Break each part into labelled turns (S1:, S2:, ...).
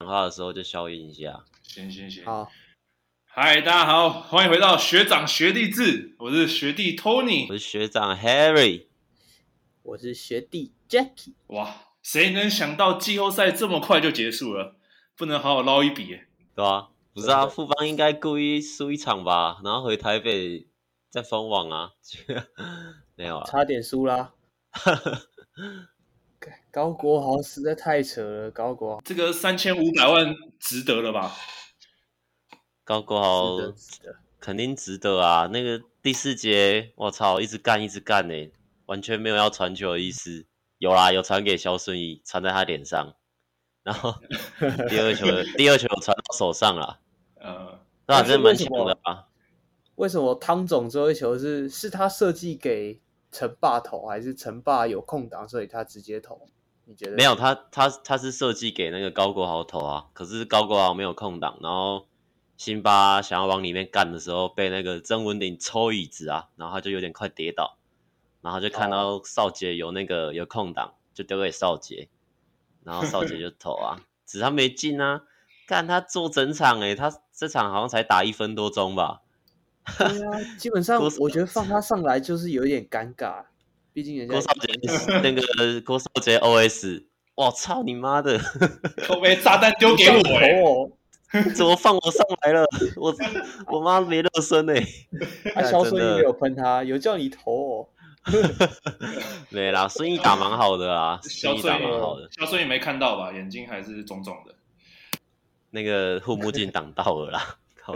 S1: 讲话的时候就消音一下。
S2: 行行行，
S3: 好，
S2: 嗨，大家好，欢迎回到学长学弟制，我是学弟
S1: 我
S2: Tony。
S1: 是学长 Harry，
S3: 我是学弟 Jacky。
S2: 哇，谁能想到季后赛这么快就结束了？不能好好捞一笔耶、
S1: 对吧、不是啊，
S3: 真的
S1: 富邦应该故意输一场吧，然后回台北再封网啊。 没有啊，
S3: 差点 输啦。干高国豪实在太扯了，高国豪
S2: 这个三千五百万值得了吧？
S1: 高国豪
S3: 值得值得。
S1: 肯定值得啊。那个第四节，我操，一直干一直干呢、完全没有要传球的意思。有啦，有传给肖顺义，传在他脸上，然后第二球第二球传到手上了，
S2: 呃，
S1: 那
S3: 但是
S1: 真的蛮
S3: 为什
S1: 强的
S3: 么
S1: 啊。
S3: 为什么汤总最后一球是是他设计给陈霸投，还是陈霸有空档所以他直接投？你觉得
S1: 没有，他，他他是设计给那个高国豪投啊，可是高国豪没有空档，然后辛巴想要往里面干的时候，被那个曾文鼎抽椅子啊，然后他就有点快跌倒，然后就看到少杰有那个有空档，就丢给少杰，然后少杰就投啊，只是他没进啊，看他做整场诶、他这场好像才打一分多钟吧，
S3: 对啊，基本上
S1: 郭少
S3: 我觉得放他上来就是有一点尴尬，毕竟人家
S1: 郭少杰那个郭少杰 OS，我操你妈的！
S2: 扣杯炸弹丢给我、欸，
S3: 投哦
S1: 怎么放我上来了？ 我我妈没热身呢、
S3: 哦， 他
S1: 哎
S3: 小
S1: 真
S3: 顺
S1: 的
S3: 义没有喷他，有叫你投哦。
S1: 没啦，孙毅打蛮好的啦，
S2: 小
S1: 孙毅
S2: 顺
S1: 打
S2: 也
S1: 蛮好的，
S2: 小顺也没看到吧？眼睛还是肿肿的。
S1: 那个护目镜挡到了啦。 靠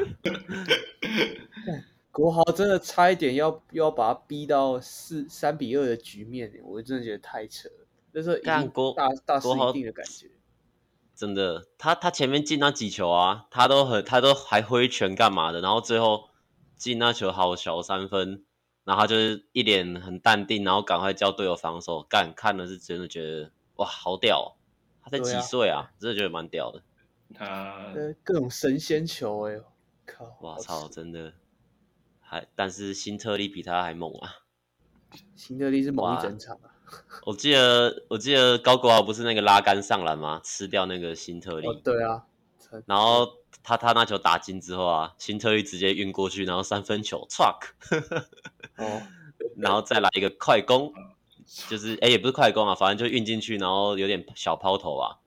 S3: 国豪真的差一点要要把他逼到四三比二的局面，我真的觉得太扯了。那时候已
S1: 干
S3: 经
S1: 啊国
S3: 大大势
S1: 国豪
S3: 已定的感觉，
S1: 真的，他他前面进那几球啊，他都很他都还挥拳干嘛的，然后最后进那球好小三分，然后他就是一脸很淡定，然后赶快叫队友防守，干看了是真的觉得哇好屌哦、他才
S3: 对
S1: 几
S3: 啊
S1: 岁啊？真的觉得蛮屌的，
S2: 他
S3: 呃，各种神仙球、哎呦，靠！
S1: 嗯哇
S3: 好
S1: 操，
S3: 扯！
S1: 真的还但是新特利比他还猛啊！
S3: 辛特利是猛
S1: 哇
S3: 一整场啊！
S1: 我记得我记得高国豪不是那个拉杆上篮吗？吃掉那个辛特利，
S3: 哦，对啊，真
S1: 然后他他那球打进之后啊，辛特利直接运过去，然后三分球 truck，
S3: 哦，
S1: 然后再来一个快攻，就是哎也不是快攻啊，反正就运进去，然后有点小抛投啊。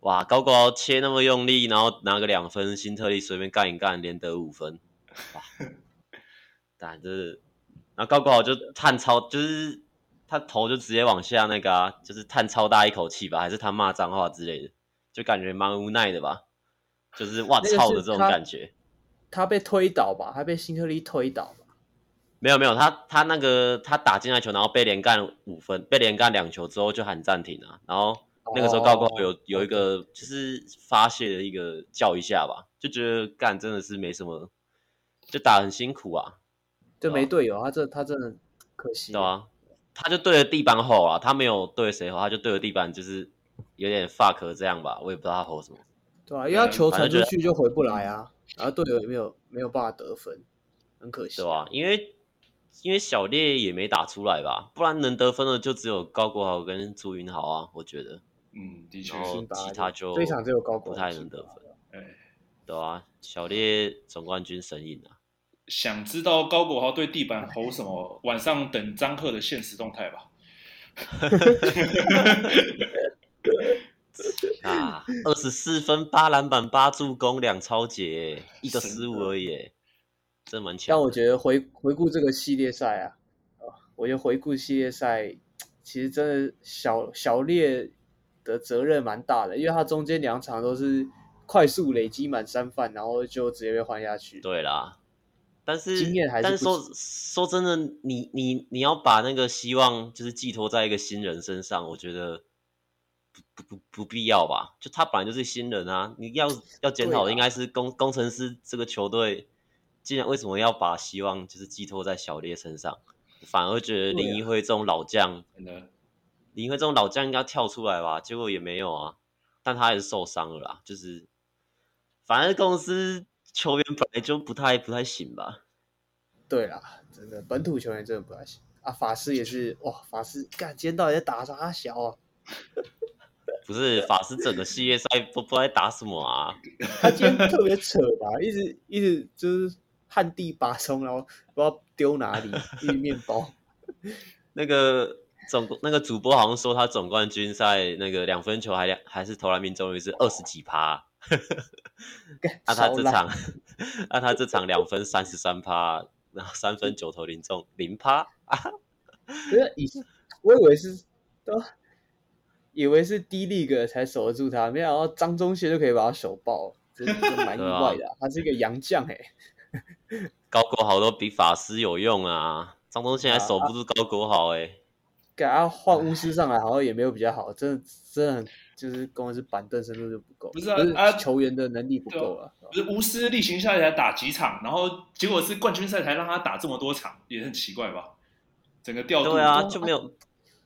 S1: 哇，高国豪切那么用力，然后拿个两分，辛特利随便干一干，连得五分， 哇！但就是，然后高国豪就探超，就是他头就直接往下那个啊，就是叹超大一口气吧，还是他骂脏话之类的，就感觉蛮无奈的吧，就是哇
S3: 那个
S1: 操
S3: 是
S1: 的这种
S3: 他
S1: 感觉。
S3: 他被推倒吧？他被辛特利推倒吧？
S1: 没有没有，他他那个他打进来球，然后被连干五分，被连干两球之后就喊暂停啊。然后那个时候高国豪有、有一个就是发泄的一个叫一下吧，就觉得干真的是没什么，就打得很辛苦啊，
S3: 就
S1: 对啊
S3: 没队友，他这他真的可惜。
S1: 对啊，他就对着地板吼啊，他没有对谁吼，他就对着地板就是有点 fuck 这样吧，我也不知道他吼什么。
S3: 对啊，因为他球
S1: 反
S3: 传
S1: 正
S3: 出
S1: 就
S3: 去就回不来啊，然后队友也没有没有办法得分，很可惜。
S1: 对啊吧、因为因为小烈也没打出来吧，不然能得分的就只有高国豪跟朱云豪啊，我觉得，
S2: 嗯，的确
S1: 然，后
S3: 辛巴
S1: 其他就
S3: 这一场只有高
S1: 不
S3: 国豪
S1: 太
S3: 辛
S1: 能得
S3: 巴
S1: 分，
S2: 哎，
S1: 对啊，小烈总冠军神隐 啊，
S2: 想知道高国豪对地板吼什么？晚上等张赫的现实动态吧。
S1: 啊，二十四分八篮板八助攻两超节欸，一个失误而已欸，真的蛮强
S3: 但
S1: 的。
S3: 我觉得回回顾这个系列赛啊，啊我觉得回顾系列赛，其实真的小小烈的责任蛮大的，因为他中间两场都是快速累积满三犯，然后就直接被换下去。
S1: 对啦，但是
S3: 经验还是
S1: 但
S3: 不
S1: 说
S3: 足
S1: 说真的，你你你要把那个希望就是寄托在一个新人身上，我觉得不不不不必要吧。就他本来就是新人啊，你要要检讨
S3: 对
S1: 的
S3: 啊
S1: 应该是工工程师这个球队，竟然为什么要把希望就是寄托在小烈身上，反而觉得
S3: 对
S1: 林
S3: 啊
S1: 一辉这种老将，
S2: 真的，
S1: 林一辉这种老将应该要跳出来吧，结果也没有啊，但他也是受伤了啦，就是反正公司。球员本来就不太不太行吧，
S3: 对啦，真的本土球员真的不太行啊。法师也是哇，法师干，今天到底在打啥小啊？
S1: 不是法师整个系列赛都不知道在打什么啊，
S3: 他今天特别扯吧， 一直一直就是旱地拔葱，然后不知道丢哪里，一直面包。
S1: 那个总那个主播好像说他总冠军赛那个两分球还两还是投篮命中率是二十几趴，啊
S3: 干
S1: 啊他这，
S3: 少
S1: 场 啊他这场两分三十三趴，然后三分九投零中零趴，
S3: 拉不是以我以为是都以为是低 league 才守得住他，没想到张忠宪就可以把他守爆，真的蛮意外的啊、他是一个洋将哎、
S1: 高国豪都比法师有用啊，张东宪还守不住高国豪哎、
S3: 给他换巫师上来好像也没有比较好，真的真的很就是公司板凳深度就不够，
S2: 不是啊
S3: 就是
S2: 啊
S3: 球员的能力不够啊了。
S2: 不是巫师例行赛才打几场，然后结果是冠军赛才让他打这么多场，也很奇怪吧？整个调度
S1: 对啊，
S3: 对啊
S1: 就没有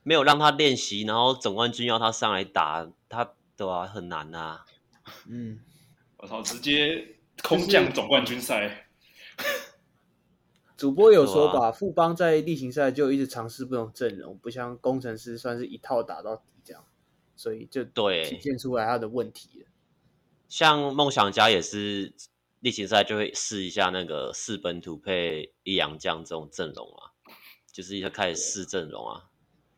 S1: 没有让他练习，然后总冠军要他上来打，他对啊，很难啊。
S3: 嗯，
S2: 我操，直接空降总冠军赛，
S3: 主播有说
S1: 对啊
S3: 吧，富邦在例行赛就一直尝试不同阵容，不像工程师算是一套打到底这样，所以就体
S1: 对，
S3: 现出来他的问题了。
S1: 像梦想家也是例行赛就会试一下那个四本土配一洋将这种阵容啊，就是一开始试阵容啊。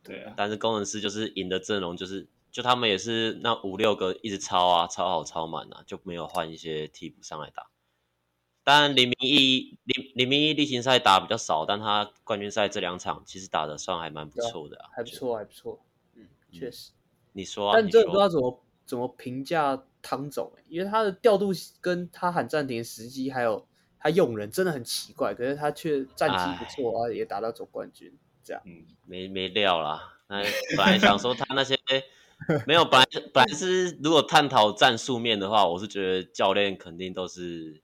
S2: 对啊，
S1: 但是工程师就是赢的阵容就是。就他们也是那五六个一直超啊，超好超满啊，就没有换一些替补上来打。当然，林明义林林明义例行赛打比较少，但他冠军赛这两场其实打的算还蛮不
S3: 对啊
S1: 错的、啊，
S3: 还不
S1: 就
S3: 错，还不错。嗯，确实。
S1: 你说啊，
S3: 但
S1: 你
S3: 真的不知
S1: 说
S3: 道怎么怎么评价汤总、欸，因为他的调度跟他喊暂停的时机，还有他用人真的很奇怪，可是他却战绩不错啊，也达到总冠军。
S2: 嗯，
S1: 没没料啦。那本来想说他那些没有，本来本来是如果探讨战术面的话，我是觉得教练肯定都是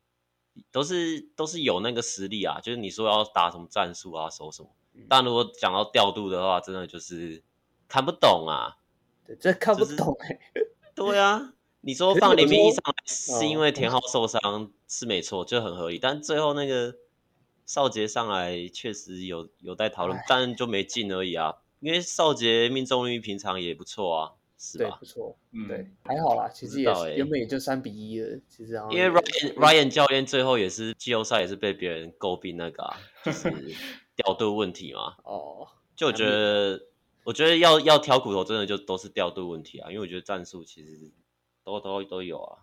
S1: 都是都是有那个实力啊，就是你说要打什么战术啊，守什么
S3: 嗯。
S1: 但如果讲到调度的话，真的就是看不懂啊。
S3: 对，这看不
S1: 就是
S3: 懂哎、
S1: 对啊，你说
S3: 可是哦
S1: 放
S3: 有
S1: 林
S3: 时
S1: 明一
S3: 候
S1: 上来是因为
S3: 嗯
S1: 田浩受伤是没错，就很合理。但最后那个少杰上来确实有有待讨论
S3: 唉，
S1: 但就没进而已啊。因为少杰命中率平常也不错啊，是
S3: 对，
S1: 吧？
S3: 不错，
S2: 嗯
S3: 对，还好啦，其
S1: 不
S3: 实
S1: 知
S3: 也
S1: 道
S3: 是
S1: 欸
S3: 原本也就三比一了，其实好像
S1: 因为
S3: 也
S1: Ryan Ryan 教练最后也是季后赛也是被别人诟病那个、啊，就是 调度问题嘛。
S3: 哦，
S1: 就我觉得，我觉得要要挑骨头，真的就都是调度问题啊。因为我觉得战术其实都都都有啊。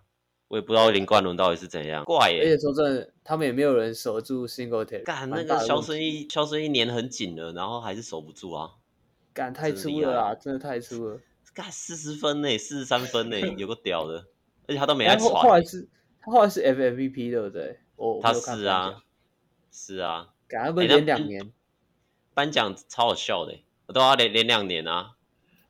S1: 我也不知道林冠伦到底是怎样，怪耶、
S3: 而且说真的，他们也没有人守得住 Single t a
S1: 干那个肖申一，肖申一粘很紧了，然后还是守不住啊！
S3: 干太
S1: 真的
S3: 粗
S1: 厉
S3: 了
S1: 害
S3: 啦，真的太粗了。
S1: 干四十分呢、欸四十三分呢、有个屌的，而且他都没在
S3: 然哎后后
S1: 传、欸
S3: 来是他后来是 FMVP 对不对？我我
S1: 他
S3: 没有看
S1: 是
S3: 颁奖
S1: 啊，，是啊，
S3: 赶他不是
S1: 哎那
S3: 连两
S1: 颁
S3: 年，
S1: 颁奖超好笑的、欸我都要连连两年啊，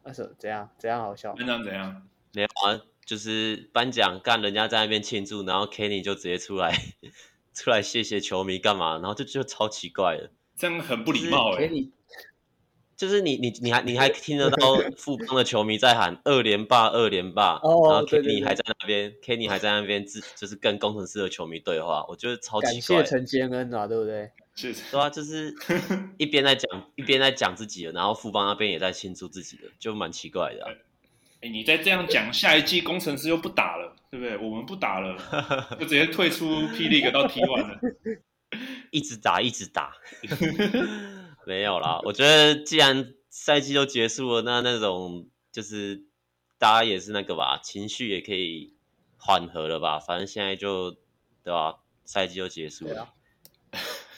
S3: 那时候怎样怎样好笑？
S2: 班长怎样？
S1: 没有啊，就是颁奖干人家在那边庆祝，然后 Kenny 就直接出来 出来谢谢球迷干嘛，然后就就超奇怪的。
S2: 这样很不礼貌哎、
S3: 给你
S1: 就是你你你还你还听得到富邦的球迷在喊二连霸二连霸，
S3: 哦
S1: 然后
S3: 对对
S1: Kenny
S3: 对
S1: 还在那边 Kenny 还在那边自就是跟工程师的球迷对话，我觉得超
S3: 感
S1: 奇怪
S3: 谢
S1: 的。
S3: 陈坚恩啊，对不对？
S2: 谢谢。
S1: 对啊，就是一边在讲一边在讲自己的，然后富邦那边也在庆祝自己的，就蛮奇怪的啊、
S2: 哎、你再这样讲，下一季工程师又不打了，对不对？我们不打了，就直接退出 P League 到 T One 了。
S1: 一直打一直打， 没有啦。我觉得既然赛季都结束了，那那种就是大家也是那个吧，情绪也可以缓和了吧。反正现在就对吧、赛季就结束
S3: 对
S1: 了，
S3: 啊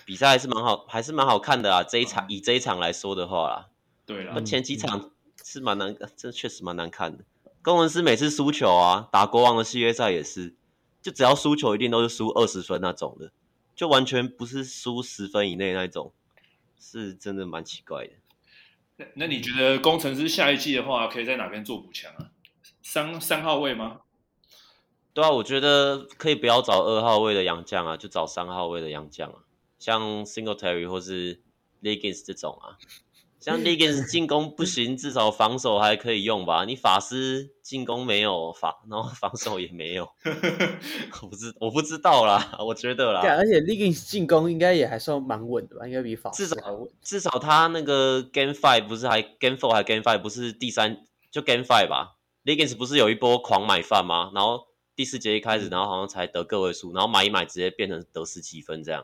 S1: 比赛还是蛮好，还是蛮好看的啊。这一场以这一场来说的话啦，
S2: 对 了
S1: 那
S3: 嗯，
S1: 前几场是蛮难，这确实蛮难看的。工程师每次输球啊，打国王的系列赛也是，就只要输球一定都是输二十分那种的，就完全不是输十分以内那种，是真的蛮奇怪的。
S2: 那那你觉得工程师下一季的话，可以在哪边做补强啊？三三号位吗？
S1: 对啊，我觉得可以不要找二号位的洋将啊，就找三号位的洋将啊，像 Singletary 或是 Legins 这种啊。像 Legins 进攻不行，至少防守还可以用吧？你法师进攻没有法，然后防守也没有，我不知我不知道啦，我觉得
S3: 对啊，
S1: 啦，
S3: 而且 Liggins 进攻应该也还算蛮稳的吧，应该比法
S1: 至
S3: 师
S1: 少
S3: 还稳。
S1: 至少他那个 Game Five 不是还 Game Four 还 Game Five 不是第三就 Game Five 吧？ Liggins 不是有一波狂买饭吗？然后第四节一
S2: 嗯
S1: 开始，然后好像才得个位数，然后买一买直接变成得十几分这样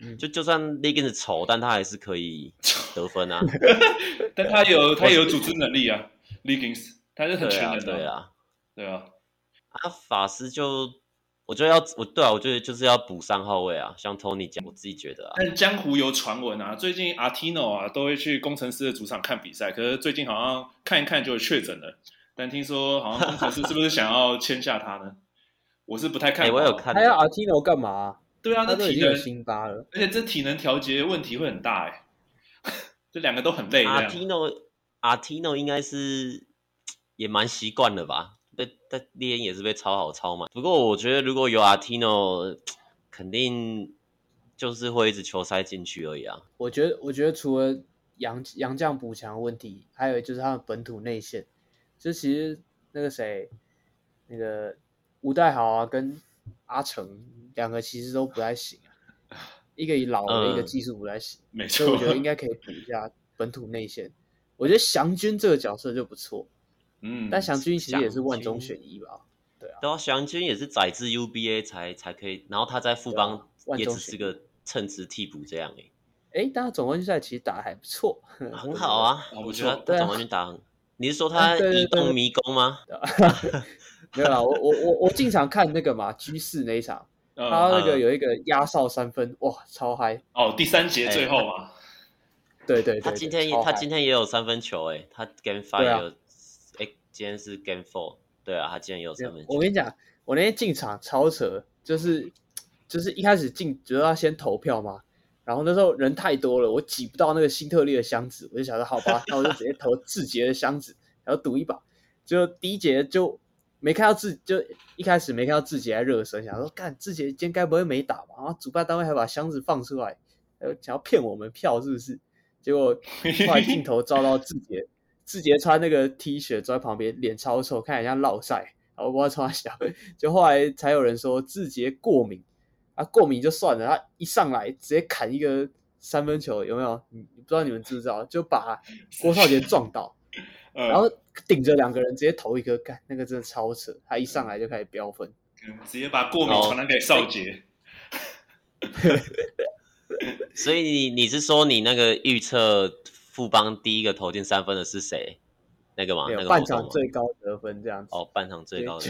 S3: 嗯。
S1: 就就算 Liggins 丑，但他还是可以得分 啊。
S2: 但他有他有组织能力啊，Liggins，他是很
S1: 对
S2: 全
S1: 啊，
S2: 能的，
S1: 对啊。
S2: 对啊，
S1: 啊，法师就我觉得要我对啊，我觉得就是要补上后卫啊，像 Tony 讲，我自己觉得啊，
S2: 但江湖有传闻啊，最近 Artino 啊都会去工程师的主场看比赛，可是最近好像看一看就确诊了。但听说好像工程师是不是想要签下他呢？我是不太看
S1: 哎、
S2: 好。
S1: 我有看
S3: 还要 Artino 干嘛啊？
S2: 对啊，
S3: 他
S2: 那
S3: 都已
S2: 体
S3: 经有
S2: 能，
S3: 辛巴了，
S2: 而且这体能调节问题会很大哎、 这两个都很累这样。
S1: Artino Artino 应该是也蛮习惯了吧？被在猎鹰也是被抄好抄满。不过我觉得如果有 Artino，肯定就是会一直球塞进去而已啊。
S3: 我觉得，我觉得除了洋洋将补强的问题，还有就是他们本土内线，就其实那个谁，那个吴代豪啊跟阿成两个其实都不太行啊， 一个老了，
S1: 嗯
S3: 一个技术不太行，
S2: 没
S3: 所以
S2: 错，
S3: 我觉得应该可以补一下本土内线。我觉得祥军这个角色就不错，
S2: 嗯，
S3: 但祥军其实也是万中
S1: 祥
S3: 选
S1: 军
S3: 一吧，
S1: 对啊，祥军也是载至 UBA 才才可以，然后他在富
S3: 对啊
S1: 邦
S3: 万
S1: 也
S3: 中
S1: 只是
S3: 选
S1: 个称职替补这样诶、
S3: 哎，但他总冠军赛其实打得还不 错，
S1: 很好啊，
S2: 哦
S1: 我
S2: 不
S1: 觉得
S2: 错
S1: 他
S3: 对啊
S1: 总冠军打很。你是说
S3: 啊
S1: 他
S3: 对对
S1: 移
S3: 对
S1: 动迷宫吗？
S3: 没有啦，我我我我经常看那个嘛 G 四那一场。
S2: 嗯
S3: 他那个
S1: 嗯
S3: 有一个压哨三分，哇，超嗨！
S2: 哦，第三节最后嘛，
S3: 对对对
S1: 他
S3: 对
S1: 今天也
S3: 超
S1: 他
S3: 嗨
S1: 今天也有三分球诶、他 Game
S3: 对
S1: Five
S3: 啊
S1: 有，哎、今天是 Game Four，对啊，他今天也有三分球。
S3: 我跟你讲，我那天进场超扯，就是就是一开始进，觉得要先投票嘛，然后那时候人太多了，我挤不到那个辛特利的箱子，我就想说好吧，那我就直接投志杰的箱子，然后赌一把。就第一节就没看到志，就一开始没看到志杰在热身，想说干志杰今天该不会没打吧？然后主办单位还把箱子放出来，呃，想要骗我们票是不是？结果后来镜头照到志杰，志杰穿那个 T 恤坐在旁边，脸超臭，看起来像落晒，我不知道穿小。就后来才有人说志杰过敏，啊，过敏就算了，他一上来直接砍一个三分球，有没有？你你不知道你们知不知道？就把郭少杰撞倒，
S2: 嗯，
S1: 哎
S3: 然后顶着两个人直接投一颗，干那个真的超扯，他一上来就开始飙分。
S2: 直接把过敏传染给
S1: 哎
S2: 少杰。
S1: 所以你你是说你那个预测富邦第一个投进三分的是谁？那个吗？嗯
S3: 没
S1: 那个
S3: 有半
S1: 活动
S3: 场
S1: 吗
S3: 最高得分这样子，
S1: 哦，半场最
S3: 对
S1: 高的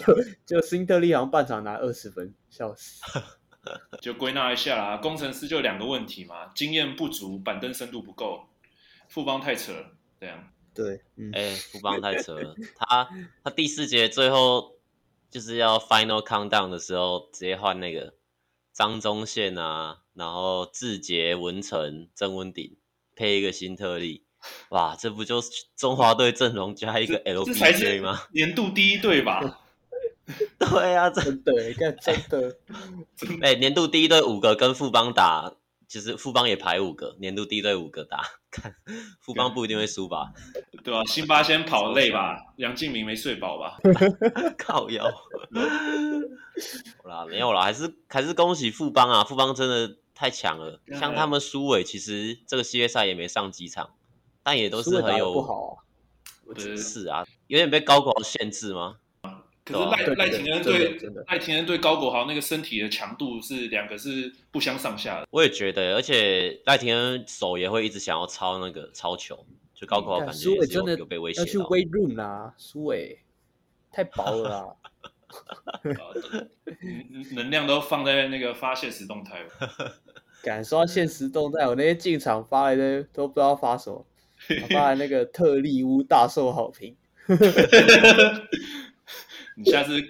S3: 就就辛特利好像半场拿二十分，笑死。
S2: 就归纳一下啦，工程师就两个问题嘛，经验不足，板凳深度不够，富邦太扯了，这样。
S3: 对，嗯，
S1: 哎、富邦太扯了， 他他第四节最后就是要 final countdown 的时候，直接换那个张宗宪啊，然后志杰、文成、曾文鼎配一个新特例，哇，这不就是中华队阵容加一个
S2: 这才
S1: LBJ
S2: 是
S1: 吗？
S2: 年度第一队吧？
S1: 对啊，这
S3: 真的，欸干真的，
S2: 嗯
S1: 哎、年度第一队五个跟富邦打，其实富邦也排五个，年度第一队五个打，看富邦不一定会输吧？
S2: 对吧、辛巴先跑累吧？杨敬明没睡饱吧？
S3: 啊
S1: 靠 腰，好啦，没有啦，还是还是恭喜富邦啊！富邦真的太强了，
S3: 啊
S2: 对
S1: 像他们苏伟，其实这个系列赛也没上几场，但也都
S3: 苏
S1: 是
S3: 伟打
S1: 很
S3: 得
S1: 有
S3: 不好啊、
S2: 对，
S1: 是啊，有点被高国限制吗？
S2: 可是赖
S3: 对
S2: 赖
S3: 对
S2: 廷恩
S3: 真的
S2: 对
S3: 真的
S2: 赖廷恩对高国豪那个身体的强度是两个是不相上下的。
S1: 我也觉得，而且赖廷恩手也会一直想要抄那个抄球，就高国豪
S3: 干
S1: 感觉
S3: 嗯苏
S1: 也
S3: 伟
S1: 是有
S3: 真的
S1: 有被威胁
S3: 要去
S1: 到。
S3: weight room 啊，苏伟太薄 了啦。
S2: 能能量都放在那个发泄时动态了。
S3: 敢说到现实动态，我那天进场发来的都不知道 发什么，我发来那个特利屋大受好评。
S2: 你下次，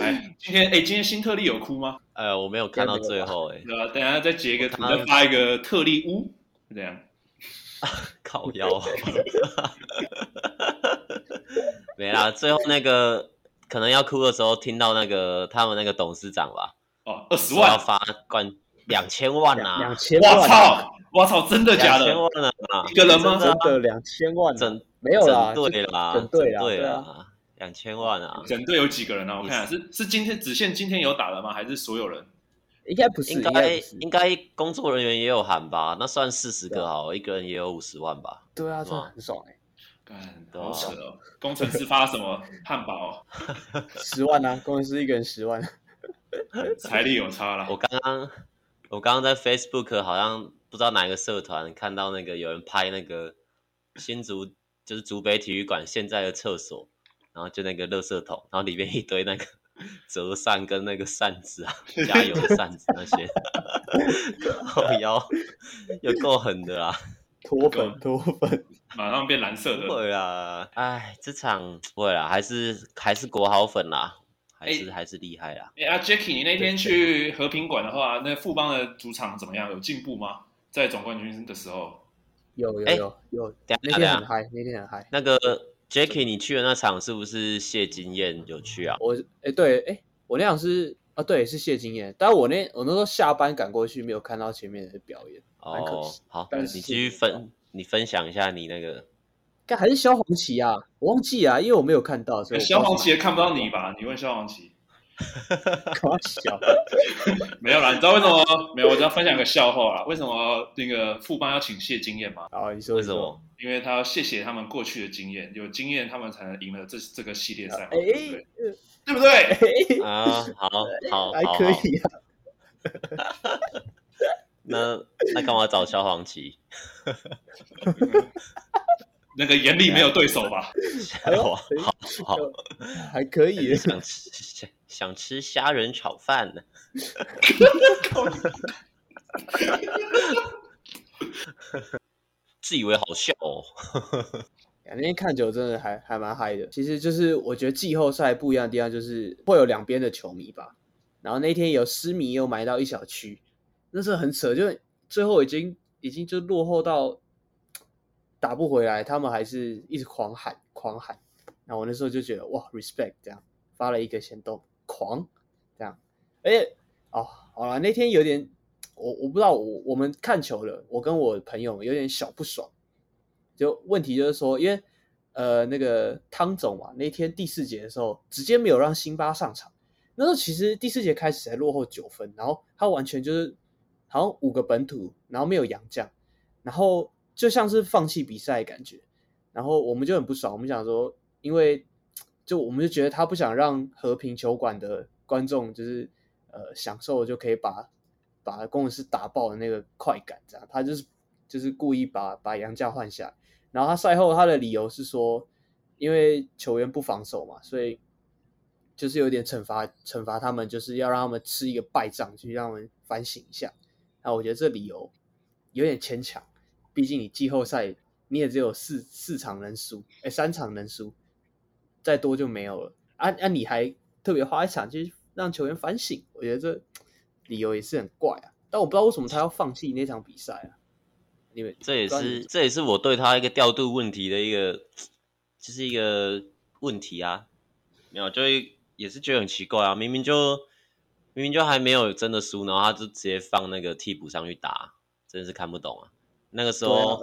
S2: 哎，今天哎、今天新特利有哭吗？
S1: 呃，我没有看到
S3: 应该没
S1: 最
S3: 有吧
S1: 后、欸，哎，
S2: 对吧？等一下再截一个图，
S1: 我看
S2: 再发一个特利屋，这样。
S1: 靠腰。没啦，最后那个可能要哭的时候，听到那个他们那个董事长吧，
S2: 哦，二十
S1: 说要
S2: 万，
S1: 发冠两千万
S3: 两
S1: 啊
S3: 两，千万、
S2: 我
S3: 啊，
S2: 操，我操，真的假
S1: 两
S2: 的？
S1: 千万啊，
S2: 一个人吗？
S3: 真的两千万、啊，
S1: 整
S3: 没有啦，
S1: 整
S3: 就
S1: 队啦，
S3: 整
S1: 队
S3: 队啦，对啊，
S1: 啦，两千万啊，
S2: 整队有几个人啊？我看看是是今天只限今天有打的吗？还是所有人？
S3: 应该不是，
S1: 应
S3: 应
S1: 该
S3: 不是，
S1: 应该工作人员也有喊吧，那算四十
S3: 对啊
S1: 个好了，一个人也有五十万吧，
S3: 对啊，
S1: 是
S3: 这
S1: 吗
S3: 很爽哎、
S2: 干，
S1: 对啊
S2: 好扯哦！工程师发什么汉 堡，
S3: 十万啊，工程师一个人十万，
S2: 财力有差啦。
S1: 我刚刚我刚刚在 Facebook 好像不知道哪一个社团看到那个有人拍那个新竹就是竹北体育馆现在的厕所，然后就那个垃圾桶，然后里面一堆那个 折扇跟那个扇子啊，加油的扇子那些，靠腰有够狠的啊啦，
S3: 脱粉脱粉，
S2: 马上变蓝色
S1: 不
S2: 的。
S3: 欸
S1: 会啦，哎，这场不会啦，还是还是国豪粉啦，还是、
S2: 哎
S1: 还是厉害啦。
S2: 哎、啊 j a c k i e 你那天去和平馆的话，那富邦的主场怎么样？有进步吗？在总冠军的时候，
S3: 有有
S1: 哎
S3: 有有，
S1: 等一
S3: 那
S1: 下等一
S3: 天很
S1: 下，
S3: 嗨，那天很嗨。
S1: 那个 Jacky 你去的那场是不是谢金燕有去啊？
S3: 我哎对哎，我那场是啊对是谢金燕，但我那我那时候下班赶过去，没有看到前面的表演，蛮可
S1: 哦
S3: 惜。，
S1: 好，
S3: 但
S1: 你
S3: 是啊
S1: 继续分，你分享一下你那个
S3: 但还是萧煌奇啊，我忘记啊，因为我没有看到，所以我
S2: 哎萧
S3: 不
S2: 煌
S3: 知
S2: 奇也看不到你吧？你问萧煌奇。
S3: 道搞 笑。
S2: 没有啦，你知道为什么？没有，我只要分享个笑话啦。为什么那个富邦要请谢金燕吗？
S3: 好，你说
S1: 为
S3: 你
S1: 什
S3: 说？
S1: 么？
S2: 因为他要谢谢他们过去的经验，有经验他们才能赢了这这个系列赛嘛，
S3: 哎
S2: 对不对？对不对？
S3: 哎，
S1: 啊，好好
S3: 还
S1: 好好
S3: 可，以啊，
S1: 那那干嘛找萧煌奇？
S2: 那个眼里没有对手吧？
S3: 哎呦
S1: 好好，
S3: 还可以。
S1: 想吃想想吃虾仁炒饭 呢。自以为好笑哦，
S3: 那天看球真的还还蛮嗨的。其实就是我觉得季后赛不一样的地方就是会有两边的球迷吧。然后那天有狮迷又买到一小区，那时候很扯，就最后已经已经就落后到打不回来，他们还是一直狂喊狂喊。然后我那时候就觉得哇，respect 这样发了一个行动狂这样，而且哦，好了，那天有点我我不知道我我们看球了，我跟我朋友有点小不爽。就问题就是说，因为呃那个汤总嘛，那天第四节的时候直接没有让辛巴上场。那时候其实第四节开始才落后九分，然后他完全就是好像五个本土，然后没有洋将，然后就像是放弃比赛的感觉。然后我们就很不爽，我们想说，因为就我们就觉得他不想让和平球馆的观众就是呃享受就可以把把工程师打爆的那个快感，这样他就是就是故意把把杨将换下来。然后他赛后他的理由是说，因为球员不防守嘛，所以就是有点惩罚惩罚他们，就是要让他们吃一个败仗，去让他们反省一下。那我觉得这理由有点牵强，毕竟你季后赛你也只有四四场能输，哎，三场能输，再多就没有了。啊啊，你还特别花一场去让球员反省，我觉得这理由也是很怪啊。但我不知道为什么他要放弃那场比赛啊。你们
S1: 这也
S3: 不知道你
S1: 是这也是我对他一个调度问题的一个，就是一个问题啊。没有，就会也是觉得很奇怪啊，明明就明明就还没有真的输，然后他就直接放那个替补上去打，真的是看不懂啊。那个时
S3: 对啊
S1: 候，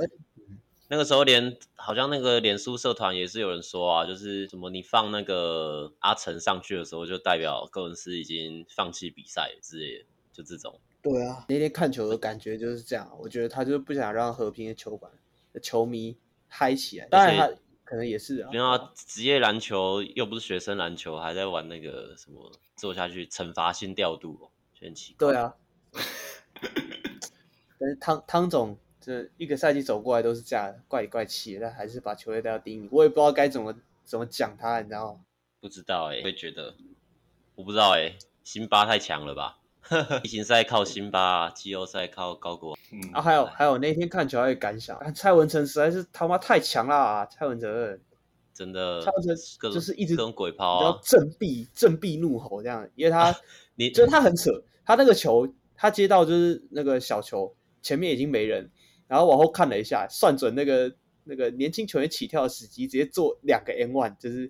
S1: 那个时候连好像那个脸书社团也是有人说啊，就是什么你放那个阿成上去的时候，就代表个人是已经放弃比赛之类的，就这种。
S3: 对啊，那天看球的感觉就是这样。啊我觉得他就是不想让和平的球馆的球迷嗨起来，当然他可能也是啊。
S1: 没有啊，职业篮球又不是学生篮球，还在玩那个什么做下去惩罚性调度、哦，就很奇怪。
S3: 对，啊， 但是汤汤总这一个赛季走过来都是这样，怪里怪气的，但还是把球队带到第一名。我也不知道该怎么怎么讲他，你知道吗？
S1: 不知道哎、会觉得我不知道哎、辛巴太强了吧？ 疫情赛靠辛巴，季后赛靠高国，
S2: 嗯，
S3: 啊，还有还有那天看球还有感想，啊蔡文成实在是他妈太强啦、蔡文成。
S1: 真的
S3: 他们
S1: 各种
S3: 就是一直
S1: 各种鬼
S3: 比
S1: 炮
S3: 较
S1: 啊！
S3: 振臂振臂怒吼这样，因为他、
S1: 你
S3: 就是他很扯，他那个球他接到就是那个小球，前面已经没人，然后往后看了一下，算准那个那个年轻球员起跳的时机，直接做两个 N one，就是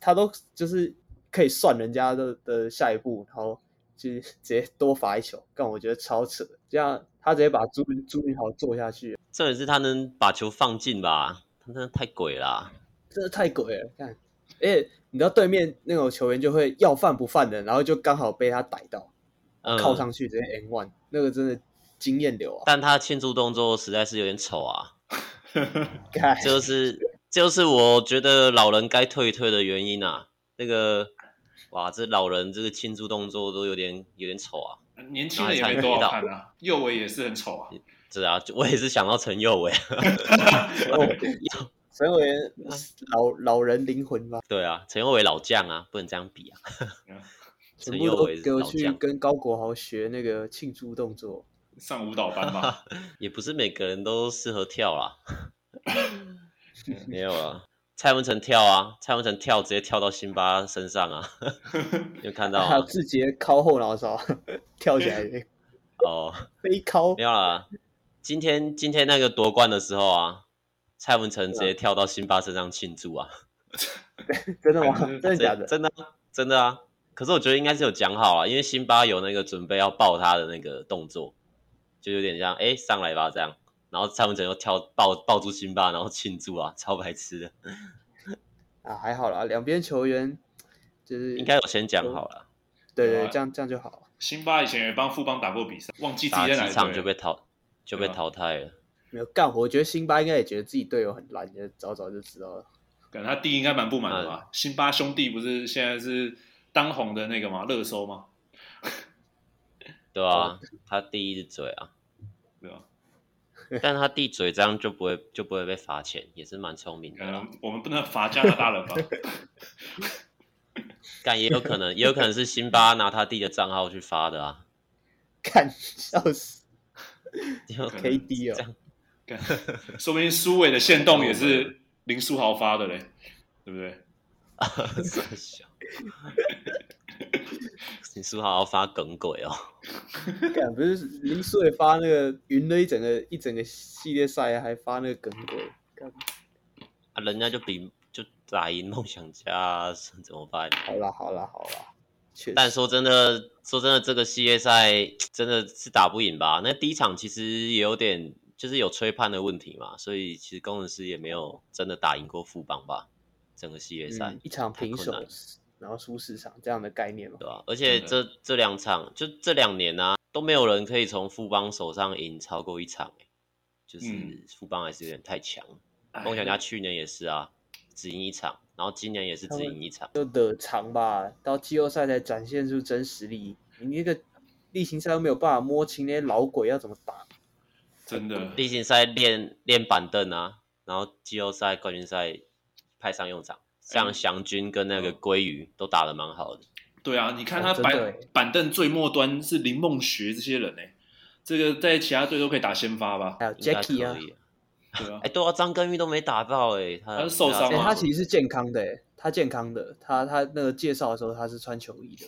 S3: 他都就是可以算人家的的下一步，然后就是直接多罚一球，但我觉得超扯，这样他直接把朱云朱云豪做下去，
S1: 重点是他能把球放进吧？他真的太鬼啊啦、
S3: 真的太鬼了，看，而且你知道对面那种球员就会要饭不饭的，然后就刚好被他逮到，
S1: 嗯
S3: 靠上去直接 N one，那个真的经验流啊，
S1: 但他庆祝动作实在是有点丑啊，
S3: 看
S1: 这就是这就是我觉得老人该退一退的原因啊。那个，哇，这老人这个庆祝动作都有点有点丑啊。
S2: 年轻人也没多好看啊，右尾也是很丑啊。
S1: 是啊，就我也是想到陈佑伟。啊
S3: 陈伟哦
S1: 嗯
S3: 老老人灵魂吧，
S1: 对啊，陈佑伟老将啊，不能这样比 啊。
S3: 全
S1: 陈
S3: 部
S1: 佑
S3: 都
S1: 伟是
S3: 给我
S1: 老
S3: 去
S1: 将，
S3: 跟高国豪学那个庆祝动作。
S2: 上舞蹈班 吧，
S1: 也不是每个人都适合跳 啦。没有啊，蔡文成跳啊，蔡文成跳直接跳到辛巴身上啊， 有看到
S3: 还有
S1: 啊？
S3: 志杰敲后脑勺 跳起来，
S1: 哦，
S3: 飞敲
S1: 没。有啦。今天今天那个夺冠的时候啊，蔡文
S3: 啊
S1: 成直接跳到辛巴身上庆祝啊，
S3: 真的吗？
S2: 反正
S3: 真的假的？
S1: 真的啊真的啊。可是我觉得应该是有讲好啊，因为辛巴有那个准备要抱他的那个动作，就有点像哎、诶上来吧这样，然后蔡文成又跳抱抱住辛巴，然后庆祝啊，超白痴的，
S3: 啊，还好啦，两边球员就是
S1: 应该有先讲好
S3: 嗯
S1: 了，
S3: 对
S2: 有
S3: 对，
S2: 啊
S3: 这样这样就好。
S2: 辛巴以前也帮富邦打过比赛，忘记自
S1: 打
S2: 己
S1: 几
S2: 在哪一
S1: 场
S2: 队
S1: 就被淘就被
S2: 对啊
S1: 淘汰了。
S3: 没有干活，我觉得辛巴应该也觉得自己队友很烂，就早早就知道了。
S2: 可能他弟应该蛮不满的
S1: 嗯
S2: 吧？辛巴兄弟不是现在是当红的那个吗？热搜吗？
S1: 对
S3: 哦
S1: 啊，他第一是嘴啊，
S2: 对吧？
S1: 但他递嘴这样就不会就不会被罚钱，也是蛮聪明
S2: 可
S1: 的啦。
S2: 能我们不能罚加拿大 人吧？
S1: 但也有可能，也有可能是辛巴拿他弟的账号去发的啊。
S3: 看， 笑死
S1: 有
S2: 可能
S3: ，KD
S1: 这
S3: 哦，
S1: 样
S2: 干说不定苏伟的线动也是林书豪发的嘞，对不对？
S1: 傻笑。你是不是好好发梗鬼哦？
S3: 干不是林书伟发那个云了一整个一整个系列赛，还发那个梗鬼，干
S1: 啊，人家就比就打赢梦想家、啊，是怎么办？
S3: 好啦好啦好啦，确实
S1: 但说真的，说真的，这个系列赛真的是打不赢吧？那第一场其实也有点就是有吹判的问题嘛，所以其实工程师也没有真的打赢过副帮吧，整个系列赛。
S3: 嗯一场平
S1: 太
S3: 手
S1: 困难了，
S3: 然后输四场这样的概念嘛
S1: 对。吧、而且
S2: 真的
S1: 这这两场，就这两年啊，都没有人可以从富邦手上赢超过一场、欸，就是
S2: 嗯
S1: 富邦还是有点太强。
S2: 哎
S1: 梦想家去年也是啊，只赢一场，然后今年也是只赢一场。
S3: 就的长吧，到季后赛才展现出真实力。你那个例行赛都没有办法摸清那些老鬼要怎么打，
S2: 真的
S1: 例行赛练练板凳啊，然后季后赛、冠军赛派上用
S2: 哎
S1: 场。像祥军跟那个
S2: 嗯
S1: 鲑鱼都打得蛮好的，
S2: 对啊！你看他
S3: 哦真
S2: 板、
S3: 的欸
S2: 板凳最末端是林梦学这些人呢，这个在其他队都可以打先发吧
S3: 还？有
S1: 应该可
S3: Jackie 啊，
S1: 以。
S2: 对啊
S1: 哎，，对啊，张根玉都没打到哎，他
S2: 他是受伤
S3: 哎、
S2: 嘛
S3: 他其实是健康的、欸，他健康的，他他那个介绍的时候他是穿球衣的，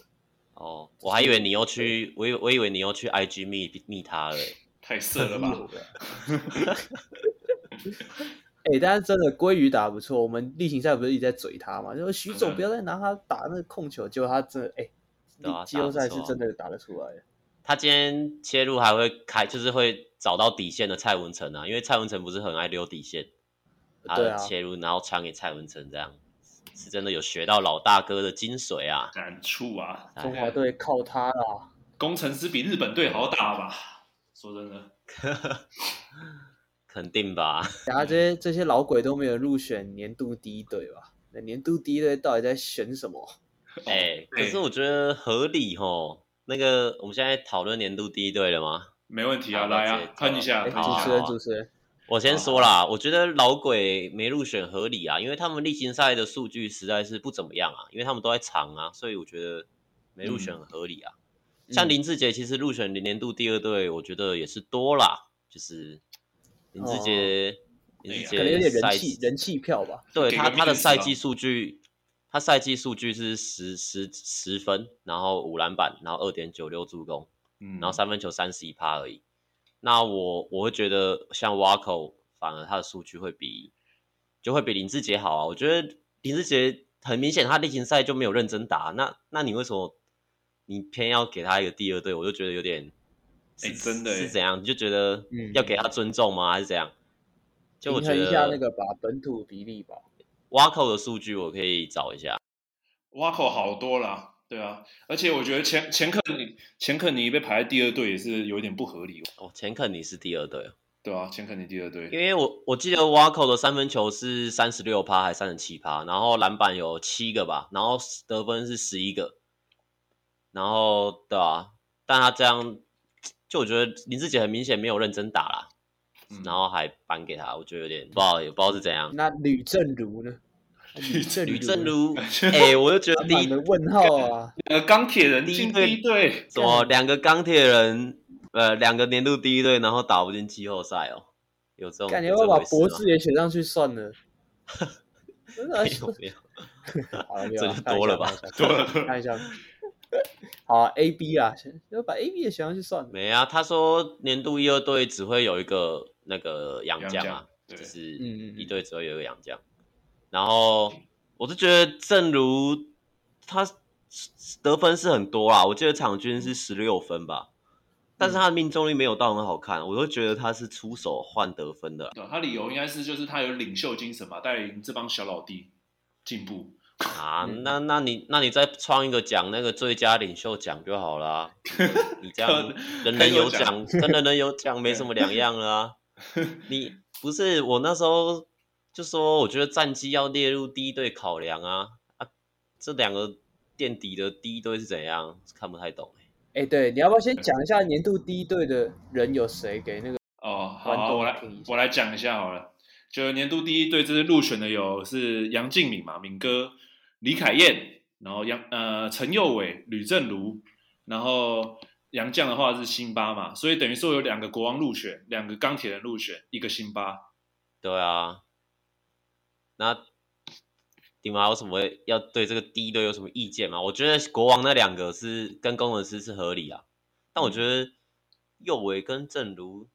S1: 哦，我还以为你又去，我以为我以为你又去 IG 密密他了欸。
S2: 太色了吧？
S3: 有的。 哎、但是真的鲑鱼打得不错，我们例行赛不是一直在嘴他嘛，就说徐总不要再拿他打那个控球，结果他真的哎，
S1: 嗯对啊
S3: 季季后
S1: 打
S3: 赛是
S1: 得不错
S3: 真的打得出来的。
S1: 他今天切入还会开，就是会找到底线的蔡文成啊，因为蔡文成不是很爱溜底线，
S3: 对
S1: 他
S3: 啊
S1: 切入然后传给蔡文成，这样是真的有学到老大哥的精髓啊！
S2: 难处啊！
S1: 哎
S3: 中华队靠他啦，
S2: 工程师比日本队好打吧？说真的，
S1: 肯定吧？
S3: 然后这些这些老鬼都没有入选年度第一队吧？那年度第一队到底在选什么？
S1: 哎、
S2: 哦
S1: 可是我觉得合理吼。那个，我们现在讨论年度第一队了吗？
S2: 没问题
S1: 好
S2: 啊，
S1: 了
S2: 来
S1: 解
S2: 啊，喷一下，
S3: 哎，
S2: 喷
S1: 好
S2: 一
S3: 主
S1: 啊
S3: 持
S2: 下
S3: 人，主持人，
S1: 我先说啦，我觉得老鬼没入选合理啊，因为他们例行赛的数据实在是不怎么样啊，因为他们都在藏啊，所以我觉得没入选很合理啊。像
S3: 嗯
S1: 林志杰，其实入选年度第二队，我觉得也是多啦，就是林志杰，林志
S2: 对
S3: 哦哎可能有
S1: 杰
S3: 点
S1: 赛
S3: 人气人气票吧。
S1: 对
S2: 给
S1: 他
S2: 个
S1: 他的
S2: 面子
S1: 赛
S2: 吧
S1: 季数据，他赛季数据是十十十分，然后五篮板，然后二点九六助攻，
S2: 嗯
S1: 然后三分球三十一趴而已。那我我会觉得像 Waco，反而他的数据会比就会比林志杰好啊。我觉得林志杰很明显他例行赛就没有认真打，那那你为什么你偏要给他一个第二队？我就觉得有点，
S2: 哎
S1: 是
S2: 真的哎
S1: 是怎样？你就觉得
S3: 嗯
S1: 要给他尊重吗？还是怎样？就我
S3: 平
S1: 觉
S3: 衡
S1: 得
S3: 一下那个吧，本土比例吧。
S1: Waco 的数据我可以找一下。
S2: 挖口好多啦，对啊，而且我觉得钱钱克尼钱克尼被排在第二队也是有点不合理。
S1: 哦，钱肯尼是第二队哦，
S2: 对啊，钱肯尼第二队，
S1: 因为我我记得瓦口的三分球是三十六趴还三十七趴，然后篮板有七个吧，然后得分是十一个，然后对啊，但他这样，就我觉得林志杰很明显没有认真打啦，
S2: 嗯
S1: 然后还颁给他，我觉得有点不好，也不知道是怎样。
S3: 那吕正如呢？
S2: 吕正
S1: 吕正如，
S3: 如
S1: 哎、 我就觉得
S3: 满
S1: 第
S3: 满
S1: 一
S3: 的问号 啊！
S2: 呃，钢铁人
S1: 第一
S2: 进
S1: 队
S2: 第 一队，
S1: 什么两个钢铁人，呃，两个年度第一队，然后打不进季后赛哦，有这种
S3: 感觉
S1: 有
S3: 要
S1: 这
S3: 把
S1: 回事
S3: 脖
S1: 吗
S3: 子也选上去 算了。真的啊
S1: 没有没有，
S3: 好了，没有
S1: 这
S3: 啦
S1: 就
S3: 开玩
S1: 多
S3: 笑
S1: 了吧
S2: 多了多了
S3: 看一下。好啊，A B 啊，先要把 A B 也选上去算了。
S1: 没啊，他说年度一二队只会有一个那个洋将啊，
S2: 对
S1: 就，是
S3: 嗯嗯嗯
S1: 一队只会有一个洋将。然后我是觉得正如他得分是很多啦，啊我记得场均是十六分吧，但
S3: 嗯
S1: 是他的命中率没有到很好看，我就觉得他是出手换得分的
S2: 对他理由应该是就是他有领袖精神嘛，带领这帮小老弟进步。
S1: 啊。
S3: 嗯
S1: 那那你那你再创一个奖，那个最佳领袖奖就好 啦。你这样人人有奖， 跟人人有奖没什么两样了 啊。你不是我那时候就说，我觉得战绩要列入第一队考量啊啊！这两个垫底的第一队是怎样？看不太懂、欸、
S3: 哎、对，你要不要先讲一下年度第一队的人有谁？给那个
S2: 哦，好
S3: 关
S2: 啊，
S3: 东
S2: 我来我
S3: 听一下
S2: 来讲一下好了。就年度第一队，这次入选的有是杨敬敏嘛，敏哥，李凯燕，然后杨呃陈佑伟、吕正如，然后杨绛的话是辛巴嘛，所以等于说有两个国王入选，两个钢铁人入选，一个辛巴。
S1: 对啊，那你们还有什么要对这个第一队有什么意见吗？我觉得国王那两个是跟工程师是合理啊，但我觉得右维跟正如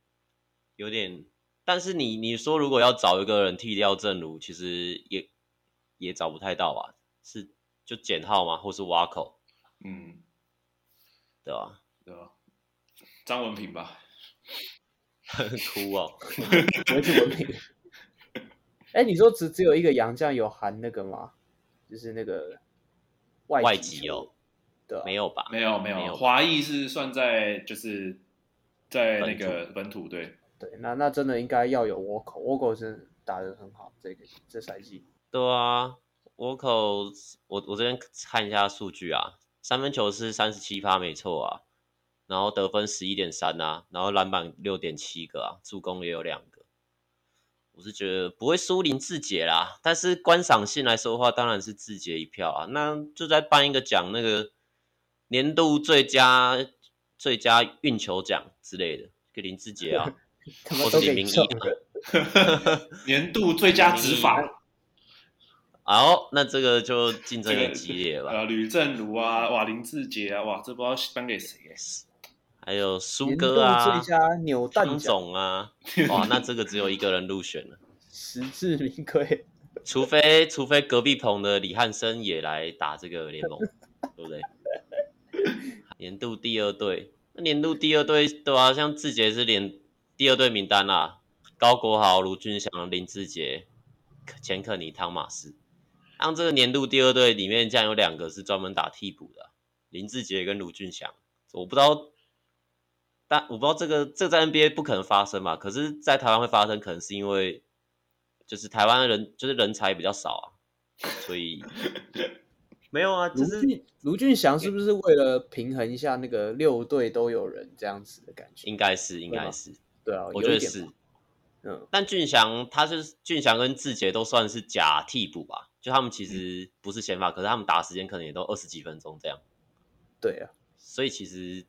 S1: 有点，但是你你说如果要找一个人替掉正如，其实也也找不太到吧？是就简浩吗？或是挖口
S2: 嗯，
S1: 对吧？
S2: 对吧？张文平吧，
S1: 很哭哦，
S3: 国际文凭？哎、你说只只有一个洋将有含那个吗？就是那个外
S1: 外
S3: 籍
S1: 籍
S3: 球
S1: 哦，
S3: 对啊
S1: 没有吧？
S2: 没有没
S1: 没有
S2: 有，华裔是算在就是在那个本土队，
S3: 对，那那真的应该要有倭寇，倭寇真的打得很好，这个这赛季
S1: 对啊，我口我我这边看一下数据啊，三分球是三十七发没错啊，然后得分十一点三啊，然后篮板六点七个啊，助攻也有两个。我是觉得不会输林志杰啦，但是观赏性来说的话，当然是志杰一票啊。那就再颁一个奖，那个年度最佳最佳运球奖之类的，给林志杰 啊，
S3: 他
S1: 或
S3: 们
S1: 是
S3: 都
S1: 林
S3: 给
S1: 明义
S3: 中
S1: 啊。
S2: 年度最佳执法，
S1: 啊好，那这个就竞争
S2: 这
S1: 也
S2: 个
S1: 激烈了吧。
S2: 呃，吕正如啊，哇，林志杰啊，哇，这不知道颁给谁耶
S1: 还有苏
S3: 年度
S1: 哥啊，
S3: 最佳扭蛋
S1: 张
S3: 奖
S1: 总啊，哇，那这个只有一个人入选了，
S3: 实至名归。
S1: 除非除非隔壁棚的李汉生也来打这个联盟，对不对？ 年度第二队，那年度第二队对啊，像志杰是连第二队名单啦、高国豪、卢俊祥、林志杰、钱克尼、汤马斯。像这个年度第二队里面，竟然有两个是专门打替补的啊，林志杰跟卢俊祥。我不知道，但我不知道这个这在 NBA 不可能发生吧？可是，在台湾会发生，可能是因为就是台湾人就是人才比较少啊，所以 没有啊，就
S3: 卢
S1: 是嗯
S3: 俊卢俊祥是不是为了平衡一下那个六队都有人这样子的感觉？
S1: 应该是应
S3: 对吧
S1: 该是，
S3: 对啊，
S1: 我
S3: 有
S1: 觉得
S3: 一点
S1: 是
S3: 吧。。嗯，
S1: 但俊祥他是俊祥跟志杰都算是假替补吧，就他们
S3: 嗯
S1: 其实不是先发，可是他们打时间可能也都二十几分钟这样，
S3: 对啊，
S1: 所以其实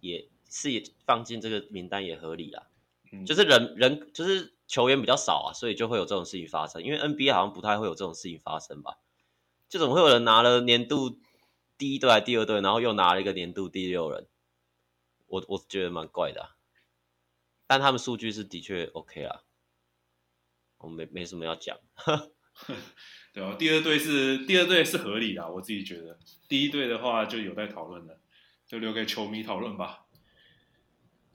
S1: 也是也放进这个名单也合理啦。
S2: 嗯
S1: 就是人人就是球员比较少啊，所以就会有这种事情发生。因为 NBA 好像不太会有这种事情发生吧？就怎么会有人拿了年度第一队还是第二队，然后又拿了一个年度第六人？我我觉得蛮怪的啊、但他们数据是的确 OK 啦，我没没什么要讲。
S2: 对啊，第二队是第二队是合理的啊，我自己觉得。第一队的话就有待讨论了，就留给球迷讨论吧。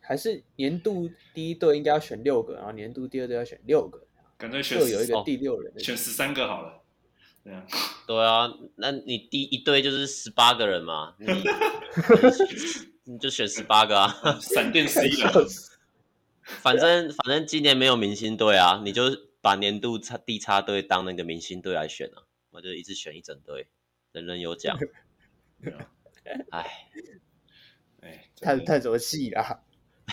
S3: 还是年度第一队应该要选六个，然后年度第二队要选六个，
S2: 干脆选
S3: 各有一
S2: 10
S3: 个第六人的。
S2: 选十三个好了，这样
S1: 对啊，那你第一队就是十八个人嘛，你你就选十八个啊。
S2: 闪电十一人，
S3: 笑死
S1: 反正 反正今年没有明星队啊，你就把年度差地差队当那个明星队来选啊，我就一直选一整队，人人有奖。
S2: 对啊
S1: 哎，
S2: 哎，
S3: 叹
S2: 真的
S3: 叹什么气啦？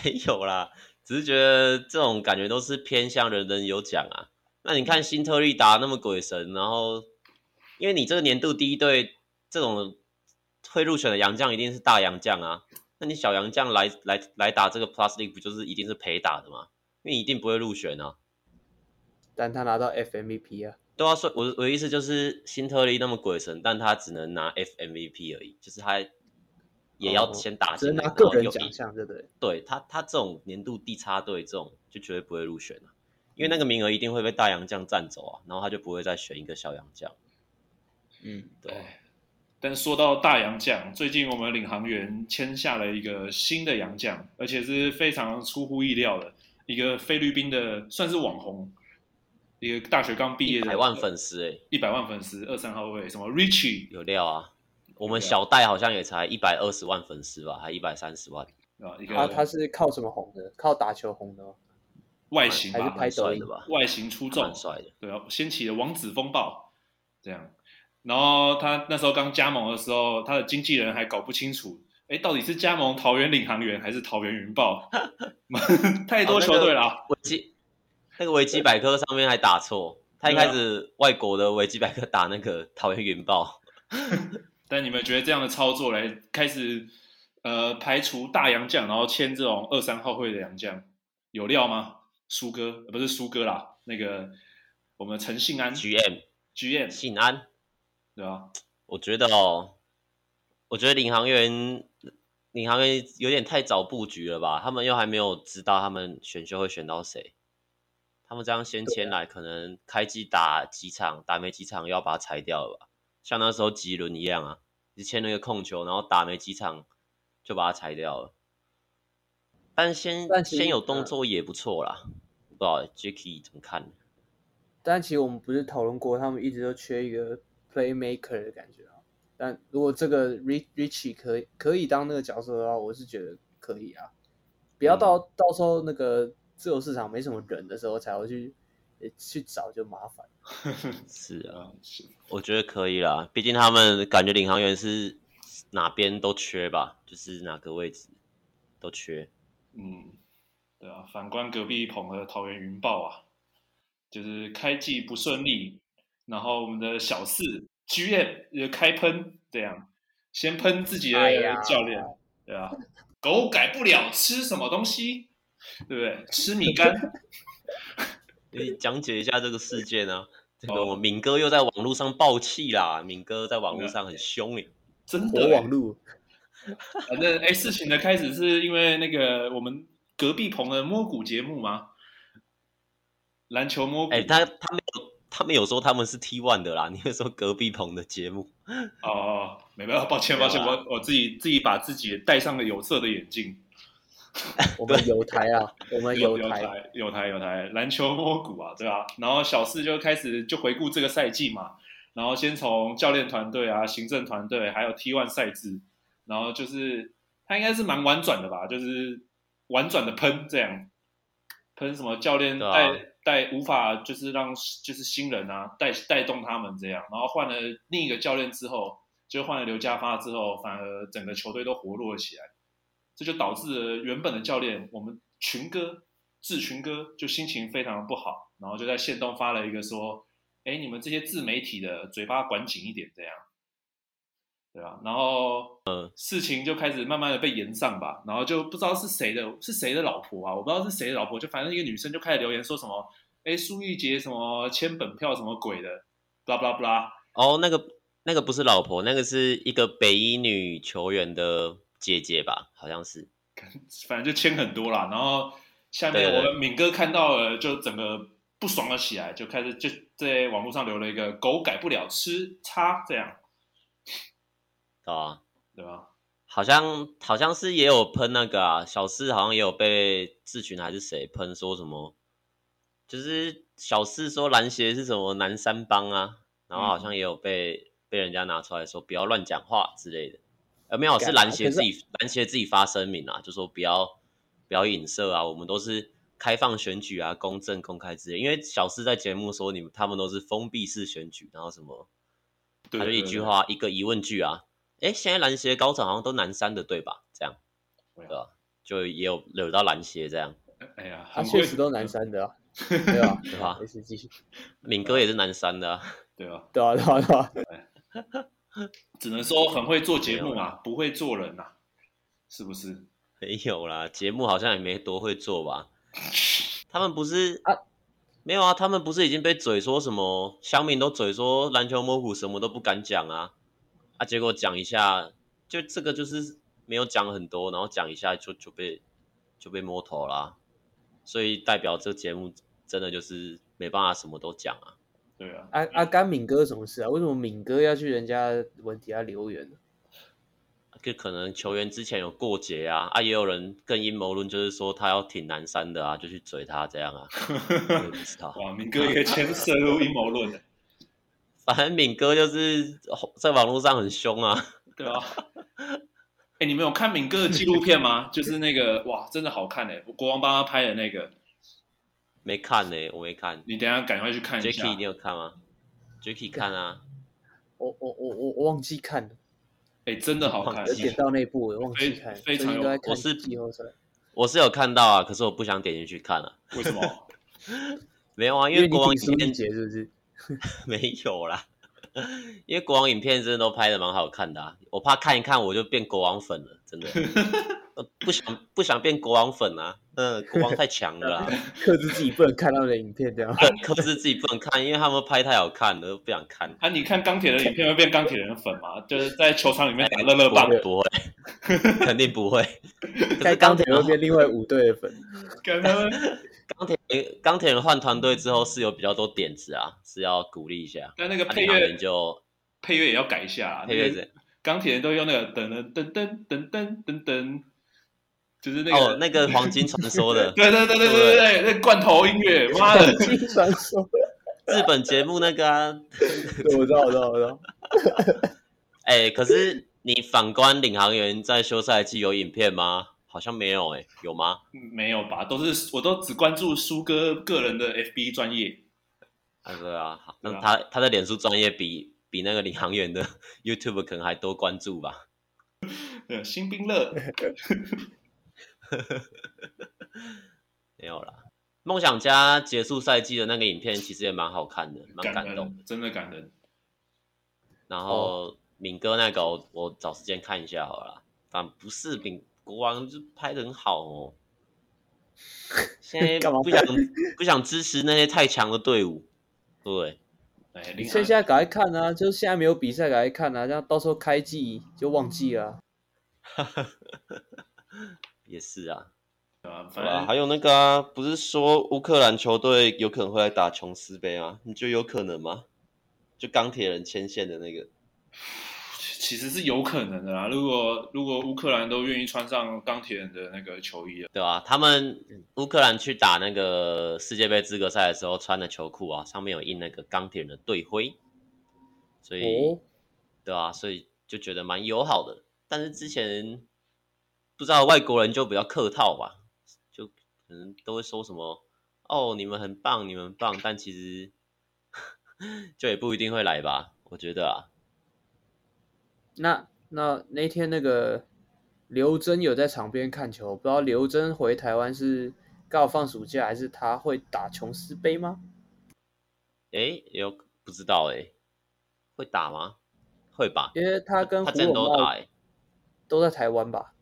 S1: 没有啦，只是觉得这种感觉都是偏向人人有奖啊。那你看新特利达那么鬼神，然后因为你这个年度第一队这种会入选的洋将一定是大洋将啊，那你小洋将来来来打这个 Plus League 不就是一定是陪打的吗？因为你一定不会入选啊。
S3: 但他拿到 FMVP 啊，
S1: 对啊，所以我的我的意思就是，新特利那么鬼神，但他只能拿 FMVP 而已，就是他也要
S3: 哦
S1: 先打
S3: 只
S1: 进来、
S3: 能拿
S1: 然
S3: 个
S1: 后
S3: 人
S1: 有
S3: 奖
S1: 一
S3: 项，对不对？
S1: 对他，他这种年度地插队这种就绝对不会入选了、因为那个名额一定会被大洋将占走啊，然后他就不会再选一个小洋将。
S3: 嗯，
S1: 对啊，
S2: 哎但说到大洋将，最近我们领航员签下了一个新的洋将，而且是非常出乎意料的，一个菲律宾的算是网红，一个大学刚毕业
S1: 一
S2: 的
S1: 百万粉丝哎、
S2: 一百万粉丝二三号位，什么 Richie
S1: 有料啊！我们小戴好像也才一百二十万粉丝吧，还一百三十万，
S2: 啊，一
S3: 他他
S2: 个
S3: 是靠什么红的？靠打球红的吗？哦
S2: 外形
S3: 还是
S2: 吧，
S3: 拍
S1: 蛮
S3: 抖
S1: 帅
S3: 音
S1: 的吧？
S2: 外形出众
S1: 蛮，帅的。
S2: 对啊，掀起了王子风暴，这样。然后他那时候刚加盟的时候，他的经纪人还搞不清楚，哎，到底是加盟桃园领航员还是桃园云豹？ 太多球队了啊，
S1: 维基那个维基百科上面还打错，他
S3: 啊
S1: 一开始外国的维基百科打那个桃园云豹，
S2: 但你们觉得这样的操作来开始呃排除大洋将，然后签这种二三号会的洋将，有料吗？苏哥呃不是苏哥啦，那个我们陈信安
S1: GM
S2: GM
S1: 信安，
S2: 对吧？
S1: 我觉得哦，我觉得领航员领航员有点太早布局了吧，他们又还没有知道他们选秀会选到谁，他们这样先
S3: 啊
S1: 签来，可能开机打几场，打没几场又要把它裁掉了吧，像那时候吉伦一样啊，你签了一个控球，然后打没几场就把它裁掉了。但先
S3: 但其实啊
S1: 先有动作也不错啦，不知道 Jacky 怎么看？
S3: 但其实我们不是讨论过，他们一直都缺一个 playmaker 的感觉啊。但如果这个 Rich Richie 可以可以当那个角色的话，我是觉得可以啊。不要到、到时候那个自由市场没什么人的时候才会去呃去找，就麻烦。
S1: 是啊，
S2: 啊，是
S1: 我觉得可以啦，毕竟他们感觉领航员是哪边都缺吧，就是哪个位置都缺。
S2: 嗯，对啊，反观隔壁捧的桃园云豹啊，就是开季不顺利，然后我们的小四 GM 也开喷，这样先喷自己的
S3: 哎呀
S2: 教练，对啊，狗改不了，吃什么东西，对不对？吃米干，
S1: 你讲解一下这个事件啊，这个
S2: 哦
S1: 我敏哥又在网络上爆气啦，敏哥在网络上很凶耶，
S2: 真的
S3: 火
S2: 欸
S3: 网路
S2: 反正哎，事情的开始是因为那个我们隔壁棚的摸骨节目吗？篮球摸骨
S1: 哎、他他没有他没有说他们是 T one 的啦，你会说隔壁棚的节目，
S2: 哦，没办法，抱歉抱歉，
S1: 没有啦
S2: 我我自己自己把自己戴上了有色的眼镜。
S3: 我们有台啊，我们有
S2: 有
S3: 台，
S2: 台有台有台篮球摸骨啊，对吧、然后小四就开始就回顾这个赛季嘛，然后先从教练团队啊、行政团队还有 T one 赛制，然后就是他应该是蛮婉转的吧，就是婉转的喷这样，喷什么教练
S1: 对啊
S2: 带带、无法就是让就是新人啊带带动他们这样，然后换了另一个教练之后，就换了刘家发之后，反而整个球队都活络了起来，这就导致了原本的教练我们群哥志群哥就心情非常不好，然后就在线东发了一个说，哎，你们这些自媒体的嘴巴管紧一点，这样，对吧、然后事情就开始慢慢的被延上吧，然后就不知道是谁的，是谁的老婆啊，我不知道是谁的老婆，就反正一个女生就开始留言说什么，哎，苏玉杰什么签本票什么鬼的，blah blah blah，
S1: 哦，那个那个不是老婆，那个是一个北一女球员的姐姐吧，好像是。
S2: 反正就签很多啦。然后下面
S1: 对对
S2: 我
S1: 对
S2: 们敏哥看到了，就整个不爽了起来，就开始就在网络上留了一个“狗改不了吃叉”这样，
S1: 对啊，
S2: 对吧？
S1: 好像好像是也有喷那个啊，小四好像也有被志群还是谁喷说什么，就是小四说篮协是什么南三帮啊，然后好
S3: 嗯
S1: 像也有被、被人家拿出来说不要乱讲话之类的，呃没有
S3: 干
S1: 是篮
S3: 可
S1: 协
S3: 是
S1: 自己篮协自己发声明啊，就说不要不要影射啊，我们都是开放选举啊、公正公开之类。因为小四在节目说你们他们都是封闭式选举，然后什么，
S2: 对
S1: 他就一句，话一个疑问句啊。哎，现在篮协高层好像都南山的对吧？这样
S2: 对啊
S1: 对吧？就也有惹到篮协这样
S2: 对对哎呀，
S3: 他
S2: 很
S3: 啊确
S2: 会
S3: 实都南山的啊，对吧？
S1: 对啊吧
S2: 啊
S3: 没？事继续，
S1: 敏哥也是南山的啊、
S2: 对吧？
S3: 对啊，对啊，对啊，
S2: 只能说很会做节目
S1: 没有
S2: 啊，不会做人啊，是不是？
S1: 没有啦，节目好像也没多会做吧。他们不是
S3: 啊
S1: 没有啊，他们不是已经被嘴说什么乡民都嘴说篮球摸骨什么都不敢讲啊啊，结果讲一下，就这个就是没有讲很多，然后讲一下就就被就被摸头啦，所以代表这节目真的就是没办法什么都讲啊。
S2: 对 啊，
S3: 阿阿甘敏哥什么事啊？为什么敏哥要去人家文底下留言呢？
S1: 就可能球员之前有过节啊，啊，也有人更阴谋论，就是说他要挺南山的啊，就去嘴他这样啊，我也不知道。
S2: 哇，明哥也牵涉入阴谋论了，
S1: 反正敏哥就是哦在网络上很凶啊，
S2: 对吧、啊？哎，你们有看敏哥的纪录片吗？ 就是那个哇，真的好看哎、国王帮他拍的那个，
S1: 没看呢、我没看。
S2: 你等一下赶快去看一
S1: Jacky，
S2: 下
S1: 你。有看吗？Jacky 看啊，
S3: 我我我我我忘记看了，
S2: 哎，真的好看
S3: 哦有，点到那部我忘记看了，
S2: 非非
S3: 最
S2: 常有
S3: 近都在看
S1: 我是
S3: 季后赛，
S1: 我是有看到啊，可是我不想点进去看啊。
S2: 为什么？
S1: 没有啊，因
S3: 因
S1: 为
S3: 为你
S1: 国王
S3: 挺苏
S1: 影
S3: 丽
S1: 片
S3: 杰是不是？
S1: 没有啦，因为国王影片真的都拍的蛮好看的啊，我怕看一看我就变国王粉了， 真的，呃不想不想变国王粉啊，嗯、国王太强了 啊，
S3: 克制自己不能看到的影片这样。
S1: 克制自己不能看，因为他们拍太好看了，不想看。
S2: 啊，你看钢铁人影片会变钢铁人粉吗？就是在球场里面打乐乐棒，
S1: 不会， 肯定不会。可
S3: 在
S1: 是
S3: 钢铁会变另外五队的粉，
S2: 跟他们
S1: 钢铁人钢铁人换团队之后是有比较多点子啊，是要鼓励一下。啊
S2: 但那个
S1: 那
S2: 配
S1: 领航员
S2: 乐
S1: 就
S2: 配乐也要改一下啊，
S1: 配乐是
S2: 钢铁人都用那个噔噔噔噔噔噔噔噔，就是那
S1: 哦
S2: 个，
S1: 那个黄金传说 的
S2: 对对对对对对，那罐头音乐，妈的，
S3: 金传说，
S1: 日本节目那个啊，
S3: 对，我知道，我知道，我知道。
S1: 哎，可是你反观领航员在休赛季有影片吗？好像没有哎、有吗？
S2: 没有吧？都是我都只关注苏哥个人的 FB 专业，
S1: 啊对啊，好
S2: 对啊
S1: 那他他的脸书专业比比那个领航员的 YouTube 可能还多关注吧。
S2: 呃，新兵乐，
S1: 没有啦，梦想家结束赛季的那个影片其实也蛮好看的，蛮感动的。
S2: 人，真的感人。
S1: 然后敏哥那个我，我找时间看一下好了啦。但不是敏国王就拍的很好哦。现在
S3: 干嘛
S1: 不想不想支持那些太强的队伍，对不对？
S2: 哎，
S3: 你
S2: 林
S3: 趁现在赶快看啊！就是现在没有比赛，赶快看啊！这样到时候开季就忘记了啊、
S1: 也是啊，
S2: 啊，
S1: 对
S2: 反
S1: 吧？
S2: 正
S1: 还有那个啊，不是说乌克兰球队有可能会来打琼斯杯吗？你觉得有可能吗？就钢铁人牵线的那个，
S2: 其实是有可能的啦。如果如果乌克兰都愿意穿上钢铁人的那个球衣啊，
S1: 对吧、他们乌克兰去打那个世界杯资格赛的时候穿的球裤啊，上面有印那个钢铁人的队徽，所以。
S3: 哦，
S1: 对啊，所以就觉得蛮友好的。但是之前不知道外国人就比较客套吧，就可能都会说什么“哦，你们很棒，你们很棒”，但其实 就也不一定会来吧，我觉得啊。
S3: 那那那天那个刘真有在场边看球，不知道刘真回台湾是刚好放暑假，还是他会打琼斯杯吗？
S1: 诶，有不知道诶，会打吗？会吧，
S3: 因为他跟
S1: 他
S3: 胡
S1: 之前
S3: 永
S1: 都有打
S3: 茂
S1: 诶，
S3: 都在台湾吧？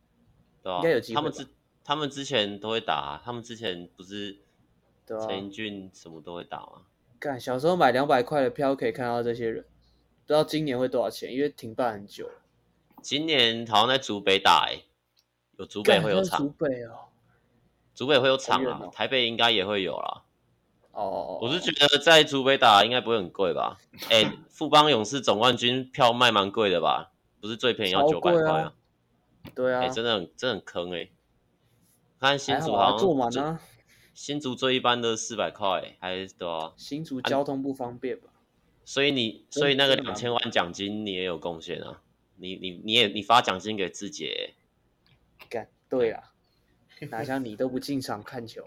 S1: 对吧、啊
S3: 应该有机会
S1: 他们
S3: 吧
S1: 之他们之前都会打啊、他们之前不是
S3: 对啊
S1: 陈英俊什么都会打吗？
S3: 干，小时候买两百块的票可以看到这些人，不知道今年会多少钱，因为停办很久了。
S1: 今年好像在竹北打诶，有竹北
S3: 干
S1: 会有
S3: 那是
S1: 场
S3: 竹。北哦，
S1: 竹北会有场
S3: 好
S1: 啊
S3: 远哦，
S1: 台北应该也会有啦。
S3: 哦哦，
S1: 我是觉得在竹北打应该不会很贵吧？哎、 富邦勇士总冠军票卖蛮贵的吧？不是最便宜要
S3: 超
S1: 九百
S3: 贵啊
S1: 块
S3: 得对
S1: 哎、
S3: 啊，
S1: 真的很真的很坑哎、看新
S3: 还
S1: 竹
S3: 好
S1: 好
S3: 啊，
S1: 像
S3: 坐满
S1: 最
S3: 啊，
S1: 新竹最一般的四百块，还对啊。
S3: 新竹交通不方便吧？
S1: 所以你
S3: 真
S1: 所以那个
S3: 真的
S1: 两
S3: 蛮
S1: 千万奖金你也有贡献啊，你你你也你发奖金给自己、欸，
S3: 干，对啊，哪像你都不进场看球，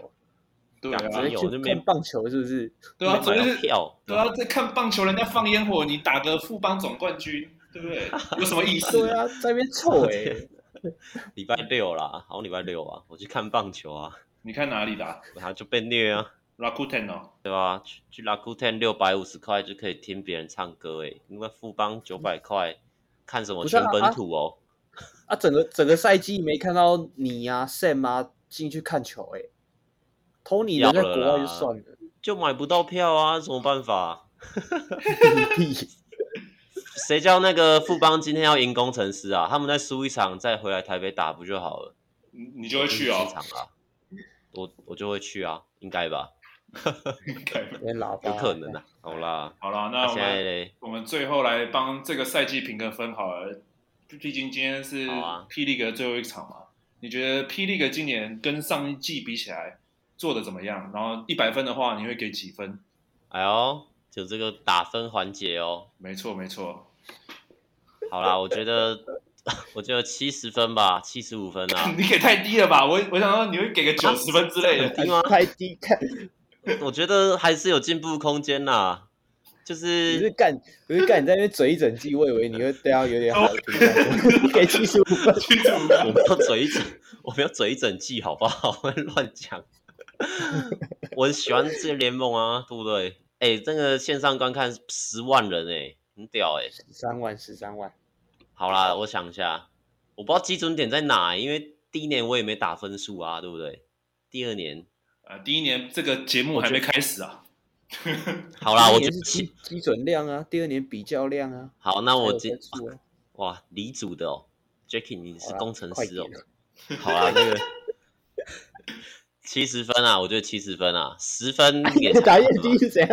S2: 对啊
S1: 干
S3: 只
S1: 没
S3: 能
S1: 有
S3: 去
S1: 就没
S3: 看棒球是不是？
S2: 对啊，
S1: 没
S2: 总
S1: 买到
S2: 是
S1: 票，
S2: 对啊，在看棒球，人家放烟火，你打个富邦总冠军，对不对？有什么意
S3: 对
S2: 思？
S3: 啊，在那边 臭哎、
S1: 礼拜六啦，好像礼拜六啊，我去看棒球啊，
S2: 你看哪里的啊
S1: 然后就被虐啊。
S2: ？Rakuten 哦，
S1: 对吧？去去 Rakuten 六百五十块就可以听别人唱歌诶，因为富邦九百块看什么
S3: 不是啊
S1: 全本土哦，
S3: 啊，整个整个赛季没看到你啊、Sam 啊进去看球哎、t o n y 人在国外就算了，
S1: 就买不到票啊，什么办法？
S3: 屁
S1: 谁叫那个富邦今天要赢工程师啊？他们再输一场再回来台北打不就好了？
S2: 你你就会去
S1: 市
S2: 哦，
S1: 场啊，我我就会去啊，应该吧？
S2: 应 该吧
S3: 连老
S1: 有可能啊，好啦，
S2: 好了，哦那
S1: 那
S2: 我
S1: 啊现在
S2: 们
S1: 嘞，
S2: 我们最后来帮这个赛季评个分好了，毕竟今天是
S1: 好啊
S2: P League 的最后一场嘛。你觉得 P League 今年跟上一季比起来做的怎么样？然后一百分的话，你会给几分？
S1: 哎呦，就这个打分环节哦。
S2: 没错，没错。
S1: 好啦，我觉得 我觉得七十分吧，七十五分啊。
S2: 你给太低了吧？我我想说你会给个九十分之类的。
S1: 低吗
S3: 太低看，
S1: 我觉得还是有进步空间啦。就
S3: 你是
S1: 是
S3: 干，你是干，你在那边嘴一整季，我以为你会对他有点好的评价， 给七十五 分，
S2: 去主
S1: 我们要嘴一整，我们要嘴一整季，好不好？ 我乱讲。我很喜欢这个联盟啊，对不对？哎、这个线上观看十万人、哎，很屌哎、
S3: 十三万，十三万，
S1: 好啦，我想一下，我不知道基准点在哪、因为第一年我也没打分数啊，对不对？第二年，
S2: 啊，第一年这个节目还没开始啊，
S1: 好啦，我
S3: 第
S1: 觉
S3: 一年
S1: 得
S3: 是
S1: 七
S3: 基基准量啊，第二年比较量啊，
S1: 好，那我
S3: 接
S1: 今
S3: 触啊，
S1: 哇，李组的哦 j a c k i e 你是
S3: 好啦
S1: 工程
S3: 快
S1: 师哦
S3: 点，啊
S1: 好啦，那个七十分啊，我觉得七十分啊，十分 也
S3: 越哎打越低是怎样？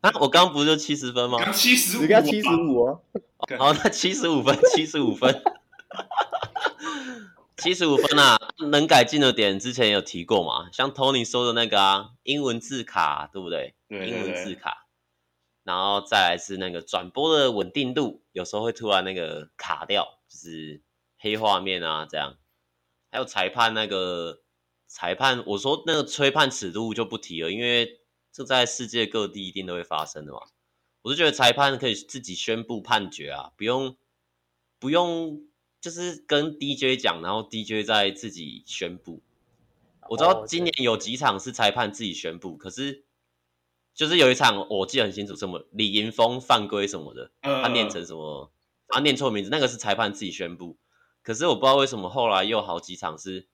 S1: 啊！我刚不是就七十分吗？
S2: 刚七十五，啊
S3: 只要七十五哦，
S1: 好，那七十五分， 七十五分，七十五分啊！能改进的点之前有提过嘛？像 Tony 说的那个啊，英文字卡对不对？
S2: 对
S1: 英
S2: 对
S1: 文字
S2: 对，
S1: 卡，然后再来是那个转播的稳定度，有时候会突然那个卡掉，就是黑画面啊这样。还有裁判那个裁判，我说那个吹判尺度就不提了，因为这在世界各地一定都会发生的嘛。我是觉得裁判可以自己宣布判决啊，不用不用就是跟 DJ 讲，然后 DJ 再自己宣布。我知道
S3: 哦
S1: 今
S3: 对
S1: 年有几场是裁判自己宣布，可是就是有一场我记得很清楚，什么李银峰犯规什么的，
S2: 呃
S1: 他念成什么，他念错名字，那个是裁判自己宣布。可是我不知道为什么后来又有好几场是，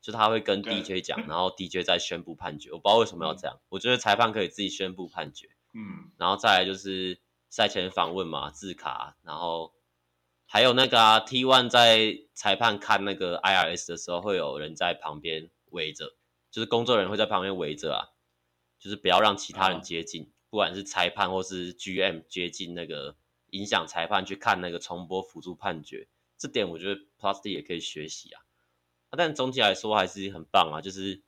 S1: 就他会跟
S2: 对
S1: DJ 讲，然后 DJ 再宣布判决。我不知道为什么要这样，我觉得裁判可以自己宣布判决。
S2: 嗯，
S1: 然后再来就是赛前访问嘛，字卡，然后还有那个啊，T one 在裁判看那个 IRS 的时候，会有人在旁边围着，就是工作人员会在旁边围着啊，就是不要让其他人接近，不管是裁判或是 GM 接近那个影响裁判去看那个重播辅助判决，这点我觉得 Plastic 也可以学习啊。啊但总体来说还是很棒啊，就是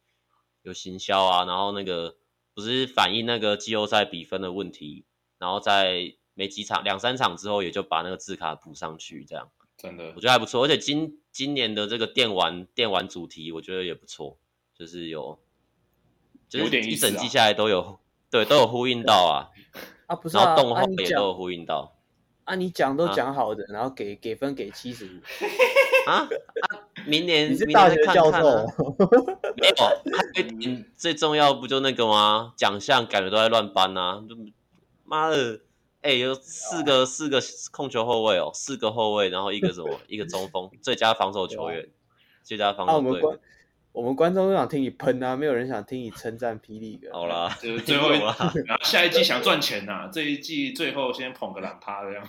S1: 有行销啊，然后那个不是反映那个季后赛比分的问题，然后在没几场两三场之后，也就把那个字卡补上去，这样
S2: 真的
S1: 我觉得还不错。而且今今年的这个电玩电玩主题，我觉得也不错，就是有就
S2: 有
S1: 是
S2: 点意
S1: 一
S2: 思啊
S1: 整季下来都有对都有呼应到啊，
S3: 啊不是
S1: 然
S3: 啊，
S1: 后动画
S3: 啊你
S1: 也都有
S3: 讲
S1: 呼应到
S3: 啊你讲都
S1: 啊
S3: 讲好的，然后给给分给七十五，
S1: 啊啊！明年
S3: 你是
S1: 明
S3: 大
S1: 年再
S3: 学
S1: 看
S3: 教
S1: 看
S3: 授
S1: 啊
S3: 哦。
S1: 没有，还有一
S3: 嗯
S1: 点最重要不就那个吗？奖项感觉都在乱搬呐、就妈的，哎、有四
S3: 啊
S1: 个四个控球后卫哦，四个后卫，然后一个什 么，一个中锋，最佳防守球员，最佳防
S3: 啊，我
S1: 守
S3: 们
S1: 队
S3: 观
S1: 员。
S3: 我们观众都想听你喷啊，没有人想听你称赞霹雳哥。
S1: 好 啦，
S2: 就是最后
S1: 没
S2: 一
S1: 有啦，还
S2: 然后下一季想赚钱呐，这一季最后先捧个懒趴这样。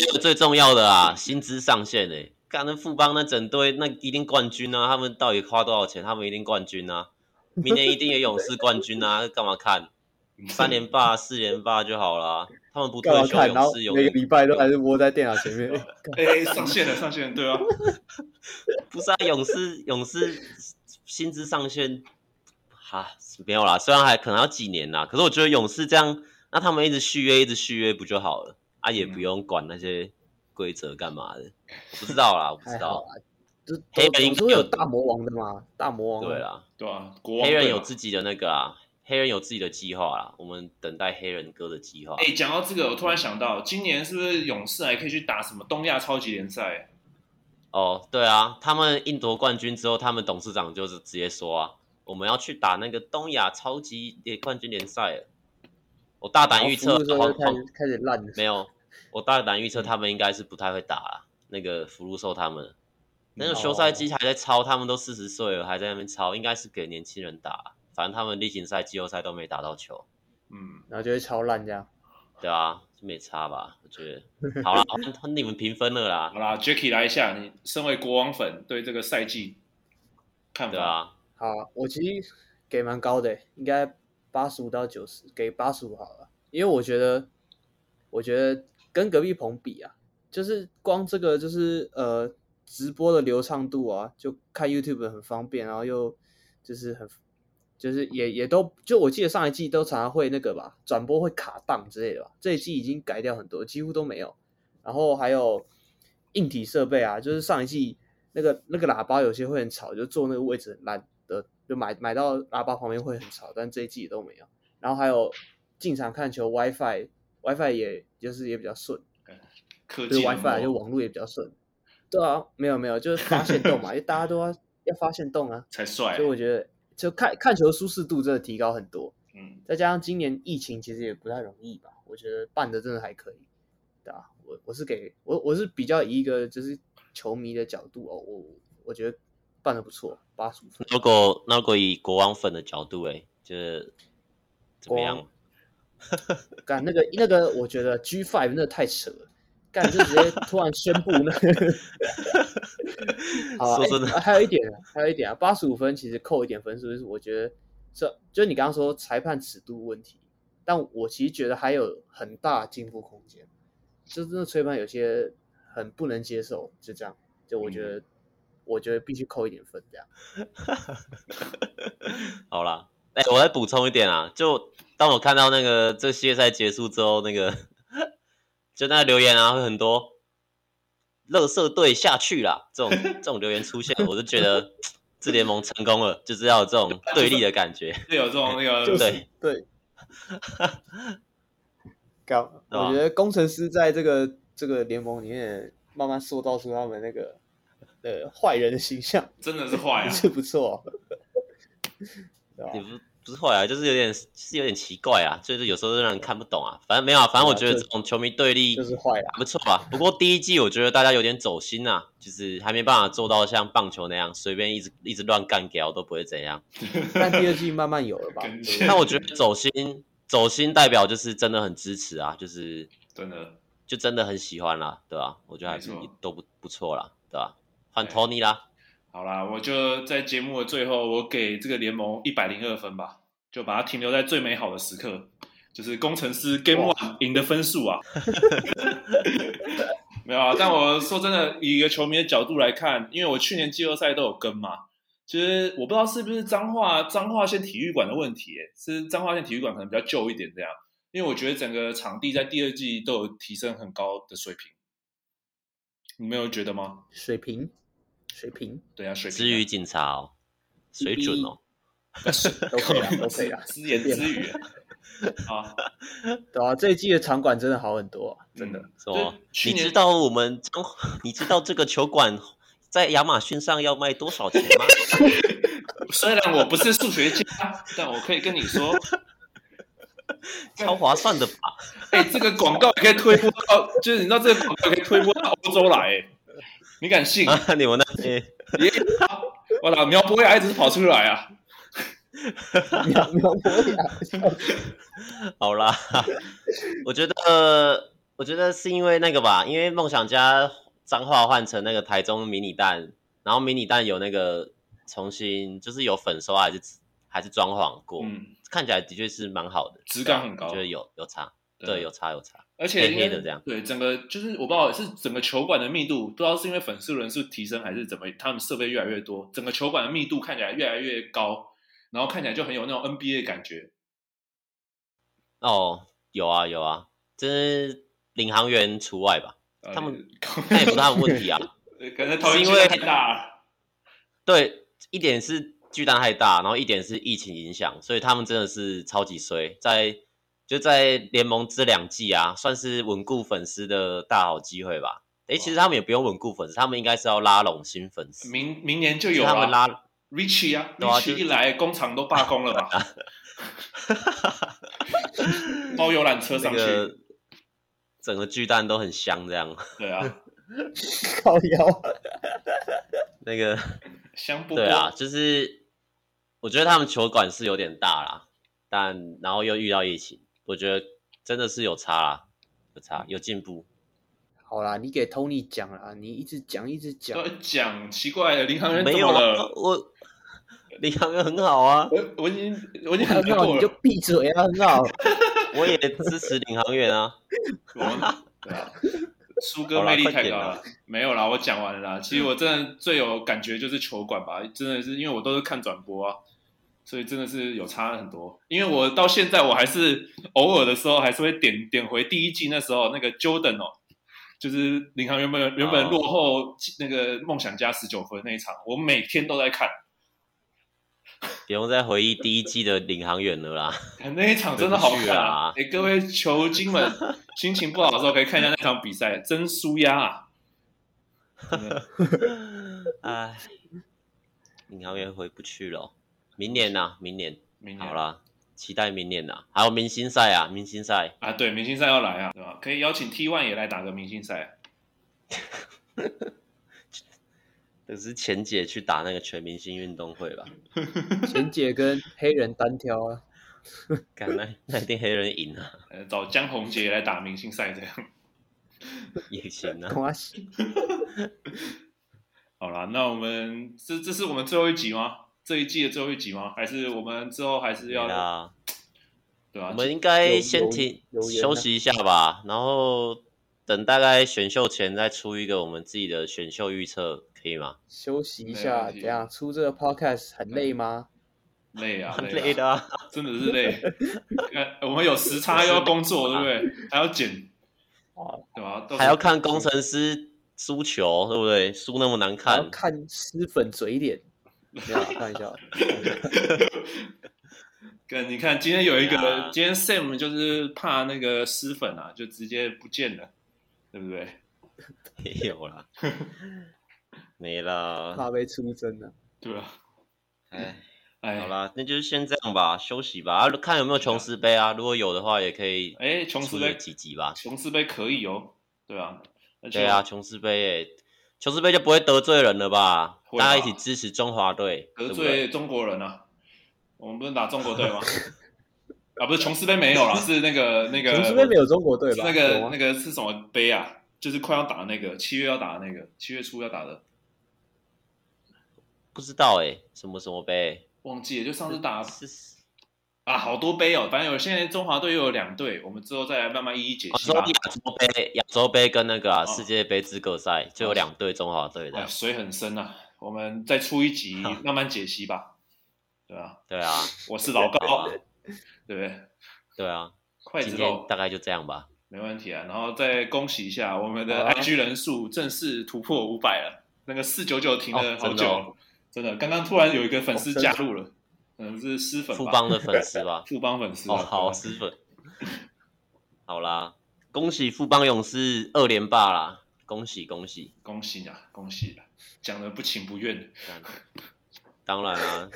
S1: 有一个最重要的啊，薪资上限哎、干那富邦那整队那一定冠军啊！他们到底花多少钱？他们一定冠军啊！明年一定有勇士冠军啊！干嘛看三连 霸、四连霸就好啦。他们不退
S3: 干嘛
S1: 休，
S3: 看？然
S1: 勇
S3: 后
S1: 士永
S3: 每个
S1: 远
S3: 礼拜都还是窝在电脑前 面，
S2: 哎，上线了，上线了，对啊，
S1: 不是啊，勇士勇士薪资上限哈没有啦，虽然还可能要几年啦，可是我觉得勇士这样，那他们一直续约一直续约不就好
S2: 嗯
S1: 了啊？也不用管那些规则干嘛的，不知道啦，我不
S3: 还
S1: 知
S3: 好
S1: 道。
S3: 啊。就是
S1: 黑人应
S3: 总
S1: 该
S3: 是会有
S1: 有
S3: 大魔王的嘛，大魔王啊
S1: 对啦，
S2: 对啊，国王
S1: 黑
S2: 队
S1: 人有
S2: 嘛
S1: 自己的那个啊，黑人有自己的计划啦，我们等待黑人哥的计划。
S2: 哎、讲到这个，我突然想到，今年是不是勇士还可以去打什么东亚超级联赛？
S1: 哦，对啊，他们印夺冠军之后，他们董事长就是直接说啊，我们要去打那个东亚超级联冠军联赛了。我大胆预测
S3: 然后服务
S1: 黄
S3: 的时候
S1: 黄
S3: 就开始开嗯始烂了，
S1: 没有，我大胆预测他们应该是不太会打啊，那个福禄寿他们，那个
S3: 嗯
S1: 休赛
S3: 哦
S1: 季还在抄，他们都四十岁了还在那边抄，应该是给年轻人打啊、反正他们例行赛、季后赛都没打到球，
S2: 嗯，
S3: 然后就会超烂这样。
S1: 对啊，就没差吧？我觉得，好了，换你们评分了啦
S2: 好，啦 j a c k i e 来一下，你身为国王粉，对这个赛季看
S1: 对
S2: 法？
S1: 啊，
S3: 好，我其实给蛮高的，应该八十五到九十，给八十五好了，因为我觉得，我觉得跟隔壁棚比啊，就是光这个就是呃直播的流畅度啊，就看 YouTube 很方便，然后又就是很就是也也都就我记得上一季都常常会那个吧，转播会卡档之类的吧，这一季已经改掉很多，几乎都没有。然后还有硬体设备啊，就是上一季那个那个喇叭有些会很吵，就坐那个位置很烂的，就买买到喇叭旁边会很吵，但这一季也都没有。然后还有进场看球 WiFi，WiFi 也就是也比较顺，
S2: 科
S3: 对
S2: 技的
S3: WiFi 就
S2: 魔
S3: 网络也比较顺。对啊，没有没有，就是发现动嘛，因为大家都要要发现动啊，
S2: 才帅
S3: 所以，我觉得就看看球舒适度真的提高很多。
S2: 嗯，
S3: 再加上今年疫情其实也不太容易吧，我觉得办的真的还可以，对啊，我我是给我我是比较以一个就是球迷的角度哦，我我觉得办的不错，八十五分。
S1: 如果那如果以国王粉的角度、欸，哎，就是怎么
S3: 国
S1: 样？
S3: 干那个那个，我觉得 G Five 真的太扯了，干就直接突然宣布那 个。好啊、
S1: 说真的
S3: 哎还有一点啊，还有一点啊，八十五分其实扣一点分数，就是我觉得这就是你刚刚说裁判尺度问题，但我其实觉得还有很大进步空间，就真的吹判有些很不能接受，就这样，就我
S1: 嗯
S3: 觉得、我觉得必须扣一点分这样。
S1: 好啦，哎、我再补充一点啊，就当我看到那个这系列赛结束之后，那个 就那个留言啊，会很多“乐色队下去啦”这 种这种留言出现，我就觉得这联盟成功了，就是要有这种对立的感觉。
S2: 是有这种那个，
S3: 就是
S1: 对
S3: 对， 搞，
S1: 对吧
S2: 啊
S3: 我觉得工程师在这个这个联盟里面慢慢塑造出他们那个呃坏人的形象，
S2: 真的是坏啊！
S3: 也是不错、哦，对吧
S1: 也不是不是后来，就是有点是有点奇怪啊，就是有时候就让人看不懂啊。反正没有、啊，反正我觉得
S3: 对啊
S1: 这种球迷对立
S3: 就是坏啦。
S1: 还不错吧？不过第一季我觉得大家有点走心啊，就是还没办法做到像棒球那样随便一直一直乱干掉都不会怎样。
S3: 但第二季慢慢有了 吧？
S2: 感
S3: 对不
S2: 谢
S3: 对
S1: 但我觉得走心走心代表就是真的很支持啊，就是
S2: 真的，
S1: 就真的很喜欢啦，对吧、我觉得还是
S2: 没错
S1: 都不不错啦，对吧、换
S2: 对
S1: Tony 啦，
S2: 好啦，我就在节目的最后，我给这个联盟一百零二分吧，就把它停留在最美好的时刻，就是工程师 Game One 赢的分数啊。没有啊，但我说真的，以一个球迷的角度来看，因为我去年季后赛都有跟嘛，其实我不知道是不是彰化彰化县体育馆的问题，是彰化县体育馆可能比较旧一点这样，因为我觉得整个场地在第二季都有提升很高的水平，你没有觉得吗？
S3: 水平，水平
S2: 对啊，水平啊、。
S1: 至于警察哦，水准哦，
S3: 都可以啦，啊都可以 啦
S2: 啊自言自 语啊，
S3: 对啊，这一季的场馆真的好很多、啊，
S2: 真的。
S1: 嗯什么
S2: 对？去
S1: 你
S2: 年
S1: 知道我们彰 你知道这个球馆在亚马逊上要卖多少钱 吗？
S2: 虽然我不是数学家，但我可以跟你说，
S1: 超划算的吧？
S2: 哎、这个广告也可以推播到，就是你知道这个广告也可以推播到欧洲来、哎，你 敢信？
S1: 啊，你们那边。
S2: 也我老苗博雅一直跑出来啊！
S3: 苗苗博雅，
S1: 好 啦，我觉得，我觉得是因为那个吧，因为梦想家脏话换成那个台中迷你蛋，然后迷你蛋有那个重新就是有粉刷还是还是装潢过，
S2: 嗯，
S1: 看起来的确是蛮好的，
S2: 质感很高
S1: 我觉得有有差，对，有，差有差，
S2: 而且
S1: 黑黑的这样
S2: 对，整个就是我不知道是整个球馆的密度，不知道是因为粉丝人数提升还是怎么，他们设备越来越多，整个球馆的密度看起来越来越高，然后看起来就很有那种 NBA 的感觉。
S1: 哦，有啊有啊，就是领航员除外吧，
S2: 呃
S1: 他们
S2: 可
S1: 那也不是他们问题啊，
S2: 可能头
S1: 是
S2: 一
S1: 因
S2: 因为
S1: 为
S2: 太大了，
S1: 对，一点是巨蛋太大，然后一点是疫情影响，所以他们真的是超级衰，在就在联盟这两季啊，算是稳固粉丝的大好机会吧。诶，其实他们也不用稳固粉丝，他们应该是要拉拢新粉丝，
S2: 明明年就
S1: 就
S2: 有
S1: 他们
S2: 啊
S1: 拉，
S2: ，Richie 啊
S1: 对啊
S2: ，Richie
S1: 就
S2: 一来工厂都罢工 了吧？包游览车
S1: 那
S2: 上
S1: 个
S2: 去，
S1: 整个巨蛋都很香，这样
S2: 对啊，
S3: 靠腰，
S1: 那个。
S2: 香饽饽
S1: 对啊，就是我觉得他们球馆是有点大啦，但然后又遇到疫情，我觉得真的是有差啦，有差有进步。
S3: 好啦，你给 Tony 讲啦，你一直讲一直讲
S2: 都，在讲奇怪，林航人怎
S1: 没有
S2: 么
S1: 啊
S2: 了？，
S1: 我领航员很好啊，
S2: 我我已经我已经很
S3: 很
S2: 难
S3: 好
S2: 过
S3: 你就
S2: 了，
S3: 闭嘴啊，很好，
S1: 我也支持领航员啊。
S2: 我们 对啊，苏哥
S1: 好啦
S2: 魅力
S1: 快
S2: 太
S1: 点啊嗯
S2: 高
S1: 啦
S2: 了。没有啦，我讲完了啦。其实我真的最有感觉就是球馆吧，
S1: 嗯
S2: 真的是因为我都是看转播啊，所以真的是有差很多。因为我到现在我还是偶尔的时候还是会点点回第一季那时候那个 Jordan 哦，就是领航原本原本落后那个梦想家十九分那一场，我每天都在看。
S1: 不用再回忆第一季的领航员了啦，
S2: 那一场真的好
S1: 回不去
S2: 看
S1: 啊
S2: 哎、各位球精 们，心情不好的时候可以看一下那场比赛，真舒压啊！真的
S1: 唉，领航员回不去了，明年呐、明年
S2: 明年
S1: 好啦，期待明年呐、还有明星赛啊，明星赛
S2: 啊，对，明星赛要来啊，对吧？可以邀请 T One 也来打个明星赛，
S1: 等是钱姐去打那个全明星运动会吧。
S3: 钱姐跟黑人单挑 啊，
S1: 干那那一定黑人赢啊，
S2: 呃，找江宏杰来打明星赛这样。
S1: 也行啊。
S3: 跟我洗
S2: 好啦，那我们这这是我们最后一集吗？这一季的最后一集吗？还是我们之后还是啊要
S1: 对啦，
S2: 对吧、
S1: 我们应该
S3: 有
S1: 先
S3: 有
S1: 停
S3: 有缘啊
S1: 休息一下吧，然后等大概选秀前再出一个我们自己的选秀预测，可以吗？
S3: 休息一
S2: 没
S3: 下，
S2: 问
S3: 怎
S2: 题
S3: 样？出这个 podcast 很累吗？
S2: 累 啊，
S1: 累
S2: 啊，
S1: 的啊，
S2: 真的 是累。看我们有时差又要工作，对不对？还 要剪，
S3: 哦
S2: 对吧、到时候
S1: 还要看工程师输球，对不对？输那么难
S3: 还要
S1: 看，
S3: 看撕粉嘴脸，没有啦，开玩笑。
S2: 跟你看，今天有一个，
S1: 对啊
S2: 今天 Sam 就是怕那个失粉啊，就直接不见了，对不对？
S1: 没有 啦，没啦。
S3: 怕被出征了。
S2: 对啊，
S1: 哎，
S2: 哎，
S1: 好，啦，那就是先这样吧，休息吧，啊看有没有琼斯杯啊，如果有的话也可以
S2: 哎，琼斯
S1: 出个
S2: 杯，
S1: 几集吧。
S2: 琼斯杯可以哦，对啊，而且
S1: 对啊，琼斯杯耶，琼斯杯就不会得罪人了吧？
S2: 会吧
S1: 大家一起支持中华队，对
S2: 得
S1: 不对
S2: 罪中国人啊，我们不是打中国队吗？ 啊，不是琼斯杯没有啦，是那个那个
S3: 琼斯杯没有中国队
S2: 是
S3: 吧？
S2: 那
S3: 有
S2: 个
S3: 吗
S2: 那个是什么杯啊？就是快要打的那个，七月要打的那个，七月初要打的，
S1: 不知道哎，什么什么杯？
S2: 忘记了，就上次打
S1: 是
S2: 啊，好多杯哦，反正有现在中华队又有两队，我们之后再来慢慢一一解
S1: 哦，
S2: 析
S1: 说
S2: 吧。
S1: 亚洲杯、亚洲杯跟那个啊
S2: 哦
S1: 世界杯资格赛就有两队中华队
S2: 哎，
S1: 的，
S2: 水很深啊，我们再出一集慢慢解析吧，对吧、
S1: 对啊，
S2: 我是老
S1: 对
S2: 高
S1: 啊，
S2: 对不对？
S1: 对啊，
S2: 筷
S1: 今
S2: 子
S1: 天
S2: 肉
S1: 大概就这样吧。
S2: 没问题啊，然后再恭喜一下我们的
S3: 好啊
S2: IG 人数正式突破五百了，那个四九九停了
S1: 哦
S2: 好
S1: 真
S2: 久，
S1: 的哦
S2: 真的，刚刚突然有一个粉丝
S3: 哦真
S2: 加
S3: 的
S2: 入了，可能是私粉
S1: 富
S2: 吧，，
S1: 邦的粉丝吧
S2: 富邦粉丝
S1: 哦，
S2: 啊
S1: 好，
S2: 对
S1: 师粉，好啦，恭喜富邦勇士二连霸啦，恭喜恭喜！
S2: 恭喜啊，恭喜啊，讲的不情不愿，
S1: 干当然啊，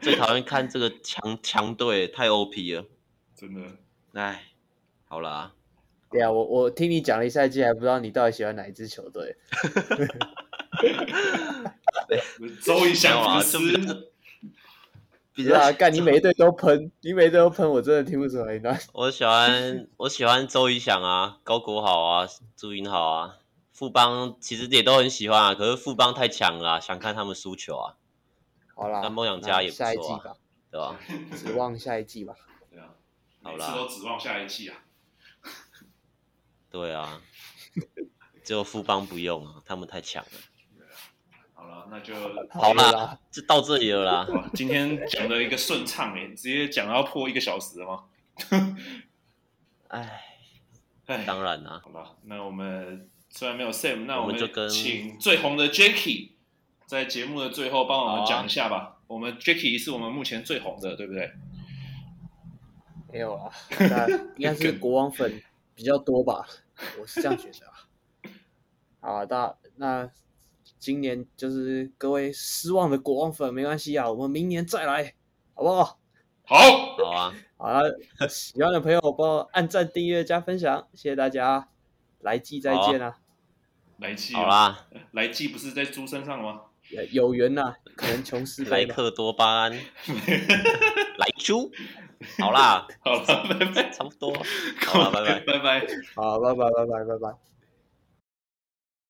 S1: 最讨厌看这个强强队，太 OP 了。
S2: 真的，
S1: 哎，好啦，
S3: 对啊，我我听你讲了一赛季，还不知道你到底喜欢哪一支球队。
S2: 周一
S1: 没有
S2: 祥
S1: 啊
S2: 福
S1: 这不
S2: 斯，
S1: 比
S3: 对啊，干你每一队都喷，你每一队都喷，我真的听不出来。那
S1: 我喜欢我喜欢周怡翔啊，高国豪啊，朱云豪啊，富邦其实也都很喜欢啊，可是富邦太强了啊、想看他们输球啊，
S3: 好啦，
S1: 那梦想家
S3: 那
S1: 也不错啊
S3: 下一季吧，
S1: 对吧？
S3: 指望下一季吧。
S2: 对啊，
S1: 好
S2: 每
S1: 啦
S2: 次都指望下一季啊。
S1: 对啊，只有富邦不用啊，他们太强了。
S2: 好了，那就
S1: 好
S3: 啦，
S1: 啦，就到这里了啦。
S2: 哇今天讲的一个顺畅哎、直接讲到破一个小时了吗？
S1: 哎，
S2: 哎，
S1: 当然啦、
S2: 好吧，那我们虽然没有 Sam，那
S1: 我们
S2: 们
S1: 就跟
S2: 请最红的 Jacky 在节目的最后帮我
S1: 好
S2: 们
S1: 啊
S2: 讲一下吧。我们 Jacky 是我们目前最红的，对不对？
S3: 没有啊， 那应该是国王粉比较多吧， 我是这样觉得啊。 好啊，那那今年就是各位失望的国王粉没关系啊，我们明年再来，好不好？
S2: 好，
S1: 好啊，
S3: 好 啊，喜欢的朋友帮我按赞、订阅、加分享，谢谢大家，来季再见啊，
S2: 来记
S1: 好，啦，
S2: 来记不是在猪身上吗？
S3: 呃有缘呐、可能琼斯
S1: 莱
S3: 杯吧，
S1: 克多巴胺，莱猪，好啦，
S2: 好了，拜拜，
S1: 差不多，好啦，拜拜。
S2: 拜拜。
S3: 好，拜拜拜拜拜拜。